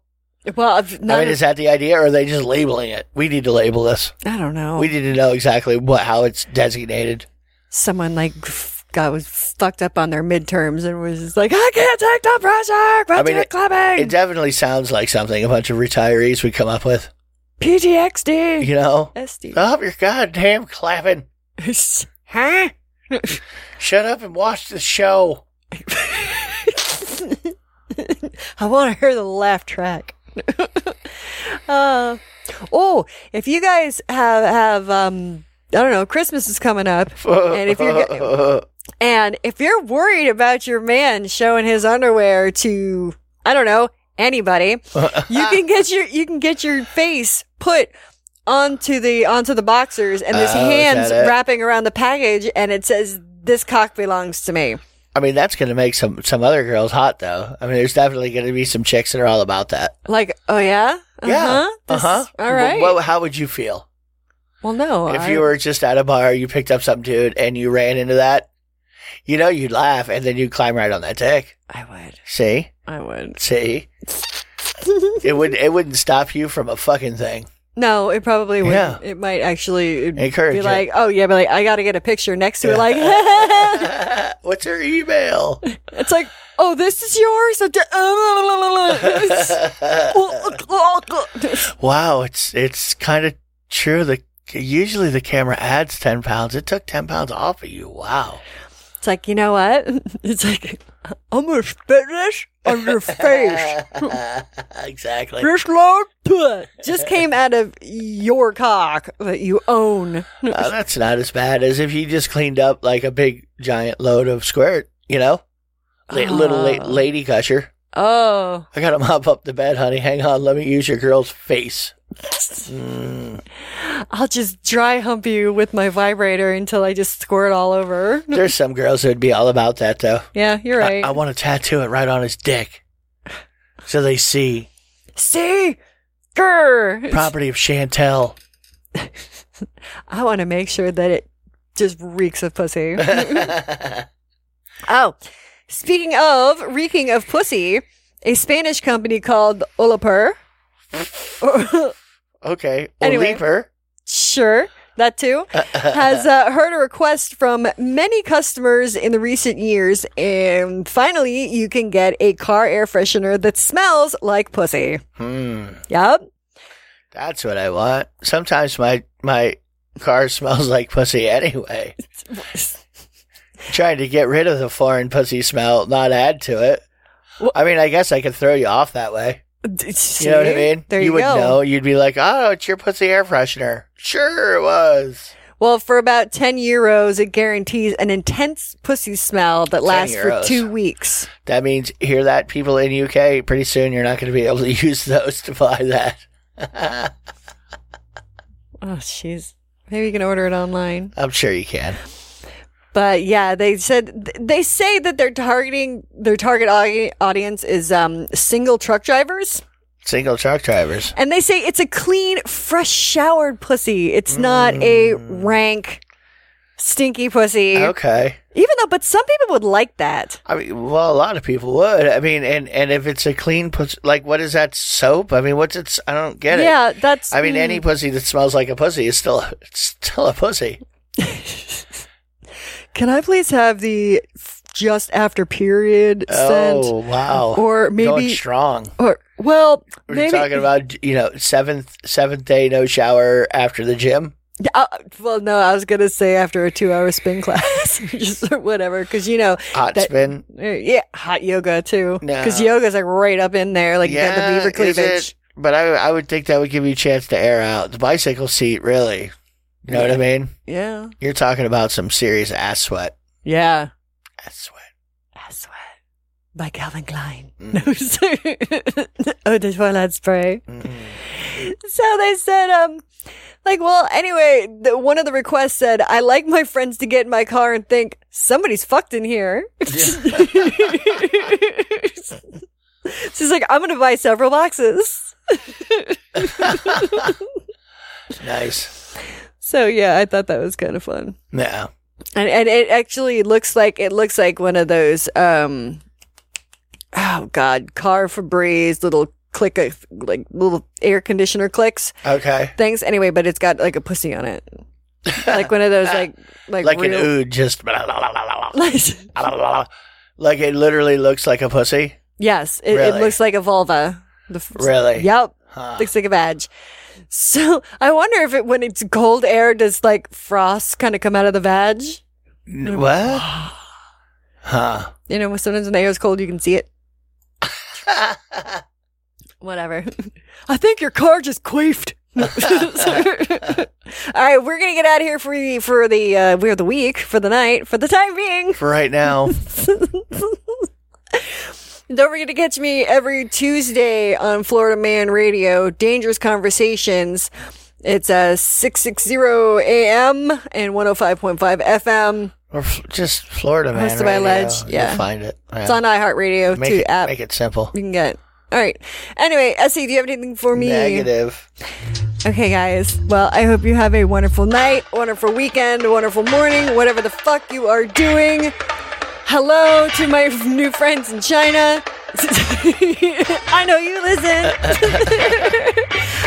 Speaker 7: Well, I've
Speaker 8: I
Speaker 7: not,
Speaker 8: mean, is that the idea, or are they just labeling it? We need to label this.
Speaker 7: I don't know.
Speaker 8: We need to know exactly what how it's designated.
Speaker 7: Someone like f- got was fucked up on their midterms and was just like, I can't take the pressure. Quit
Speaker 8: I mean,
Speaker 7: your
Speaker 8: it-
Speaker 7: clubbing.
Speaker 8: It definitely sounds like something a bunch of retirees would come up with.
Speaker 7: PTXD.
Speaker 8: You know,
Speaker 7: SD.
Speaker 8: stop your goddamn clapping.
Speaker 7: huh?
Speaker 8: Shut up and watch the show.
Speaker 7: I want to hear the laugh track. uh, oh, if you guys have have um, I don't know, Christmas is coming up, and if you're get-
Speaker 8: Uh,
Speaker 7: and if you're worried about your man showing his underwear to, I don't know, anybody, you can get your you can get your face put onto the onto the boxers and this
Speaker 8: Oh, is
Speaker 7: hands
Speaker 8: that it?
Speaker 7: wrapping around the package and it says this cock belongs to me.
Speaker 8: I mean, that's going to make some some other girls hot though. I mean, there's definitely going to be some chicks that are all about that.
Speaker 7: Like, oh yeah? Uh-huh.
Speaker 8: Yeah. Uh
Speaker 7: This-
Speaker 8: huh.
Speaker 7: All right.
Speaker 8: Well, how would you feel
Speaker 7: well, no.
Speaker 8: if
Speaker 7: I-
Speaker 8: you were just at a bar, you picked up some dude, and you ran into that? You know, you'd laugh, and then you'd climb right on that dick.
Speaker 7: I would.
Speaker 8: See,
Speaker 7: I would.
Speaker 8: see. it would it wouldn't stop you from a fucking thing.
Speaker 7: No, it probably would.
Speaker 8: Yeah.
Speaker 7: not It might actually it'd
Speaker 8: Encourage
Speaker 7: be
Speaker 8: it.
Speaker 7: like, oh yeah, but like I got to get a picture next to it. Like,
Speaker 8: What's her email?
Speaker 7: it's like, oh, this is yours.
Speaker 8: Wow, it's it's kind of true. The usually the camera adds ten pounds. It took ten pounds off of you. Wow.
Speaker 7: It's like, you know what? It's like, I'm gonna spit this on your face.
Speaker 8: exactly.
Speaker 7: This long putt just came out of your cock that you own.
Speaker 8: Uh, that's not as bad as if you just cleaned up like a big giant load of squirt. You know, La- little la- lady gusher.
Speaker 7: Oh,
Speaker 8: I gotta mop up the bed, honey. Hang on, let me use your girl's face. Mm.
Speaker 7: I'll just dry hump you with my vibrator until I just squirt all over.
Speaker 8: There's some girls who'd be all about that though.
Speaker 7: Yeah, you're
Speaker 8: I-
Speaker 7: right.
Speaker 8: I want to tattoo it right on his dick, so they see
Speaker 7: See? Grr.
Speaker 8: property of Chantel.
Speaker 7: I want to make sure that it just reeks of pussy. oh, speaking of reeking of pussy, a Spanish company called Olapur.
Speaker 8: Okay. Or
Speaker 7: Anyway.
Speaker 8: Leaper.
Speaker 7: sure, that too. has uh, heard a request from many customers in the recent years, and finally, you can get a car air freshener that smells like pussy.
Speaker 8: Hmm.
Speaker 7: Yep.
Speaker 8: That's what I want. Sometimes my my car smells like pussy anyway. Trying to get rid of the foreign pussy smell, not add to it. I mean, I guess I could throw you off that way. You know what I mean?
Speaker 7: There you,
Speaker 8: would
Speaker 7: go.
Speaker 8: know. You'd be like, "Oh, it's your pussy air freshener." Sure, it was.
Speaker 7: Well, for about 10 euros, it guarantees an intense pussy smell that lasts for
Speaker 8: euros.
Speaker 7: two weeks.
Speaker 8: That means hear that, people in UK. Pretty soon, you're not going to be able to use those to buy that.
Speaker 7: Oh, jeez. Maybe you can order it online.
Speaker 8: I'm sure you can.
Speaker 7: But yeah, they said they say that they're targeting their target au- audience is um, single truck drivers,
Speaker 8: Single truck drivers.
Speaker 7: and they say it's a clean, fresh showered pussy. It's not a rank, stinky pussy.
Speaker 8: Mm. Okay.
Speaker 7: Even though, but some people would like that.
Speaker 8: I mean, well, a lot of people would. I mean, and and if it's a clean pussy, like what is that soap? I mean, what's it's? I don't get it.
Speaker 7: yeah, that's.
Speaker 8: I mean, any
Speaker 7: mm,
Speaker 8: pussy that smells like a pussy is still it's still a pussy.
Speaker 7: Can I please have the f- just after period
Speaker 8: Oh
Speaker 7: scent?
Speaker 8: wow!
Speaker 7: Or
Speaker 8: going
Speaker 7: maybe-
Speaker 8: strong.
Speaker 7: Or well,
Speaker 8: We're
Speaker 7: maybe
Speaker 8: talking about you know seventh seventh day no shower after the gym.
Speaker 7: Uh, well, no, I was gonna say after a two-hour spin class, just whatever, because you know,
Speaker 8: Hot
Speaker 7: That-
Speaker 8: spin.
Speaker 7: uh, yeah, hot yoga too,
Speaker 8: No.
Speaker 7: because yoga's like right up in there, like you got the beaver
Speaker 8: is
Speaker 7: cleavage.
Speaker 8: it- But I I would think that would give you a chance to air out the bicycle seat. Really, you know what I mean?
Speaker 7: Yeah,
Speaker 8: You're talking about some serious ass sweat.
Speaker 7: yeah.
Speaker 8: Ass sweat.
Speaker 7: I sweat by Calvin Klein. No, oh, the toilet spray.
Speaker 8: Mm,
Speaker 7: Mm. So they said, um, like, well, anyway, the, one of the requests said, I like my friends to get in my car and think somebody's fucked in here. She's like, I'm going to buy several boxes.
Speaker 8: Nice.
Speaker 7: So yeah, I thought that was kind of fun.
Speaker 8: Yeah.
Speaker 7: And, and it actually looks like, it looks like one of those, um, oh God, car Febreze, little click, of, like little air conditioner clicks.
Speaker 8: Okay.
Speaker 7: things anyway, but it's got like a pussy on it, like one of those like like
Speaker 8: Like an
Speaker 7: real-
Speaker 8: ood, just blah, blah, blah, blah, blah,
Speaker 7: Like-
Speaker 8: blah, blah, blah. like it literally looks like a pussy.
Speaker 7: yes, it, it
Speaker 8: Really?
Speaker 7: looks like a vulva. The f-
Speaker 8: Really?
Speaker 7: Yep.
Speaker 8: Huh.
Speaker 7: Looks like a badge. So I wonder if it when it's cold air does like frost kind of come out of the vag.
Speaker 8: N- What? Huh.
Speaker 7: You know, sometimes when the air is cold, you can see it. Whatever. I think your car just queefed. All right, we're gonna get out of here for the for the uh, we're the week for the night for the time being.
Speaker 8: For right now.
Speaker 7: Don't forget to catch me every Tuesday on Florida Man Radio, Dangerous Conversations. It's uh, 660 AM and 105.5 FM.
Speaker 8: Or f- just Florida man.
Speaker 7: Most of my
Speaker 8: Radio.
Speaker 7: ledge, yeah.
Speaker 8: You'll find it.
Speaker 7: It's on iHeartRadio
Speaker 8: Make
Speaker 7: too
Speaker 8: it,
Speaker 7: app.
Speaker 8: make it simple.
Speaker 7: You can get it. All right. Anyway, Essie, do you have anything for me?
Speaker 8: Negative.
Speaker 7: Okay, guys. Well, I hope you have a wonderful night, wonderful weekend, wonderful morning, whatever the fuck you are doing. Hello to my new friends in China. I know you listen.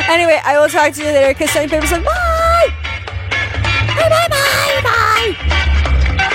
Speaker 7: anyway, I will talk to you later. Kiss sign papers. Bye. Bye. Bye. Bye. Bye.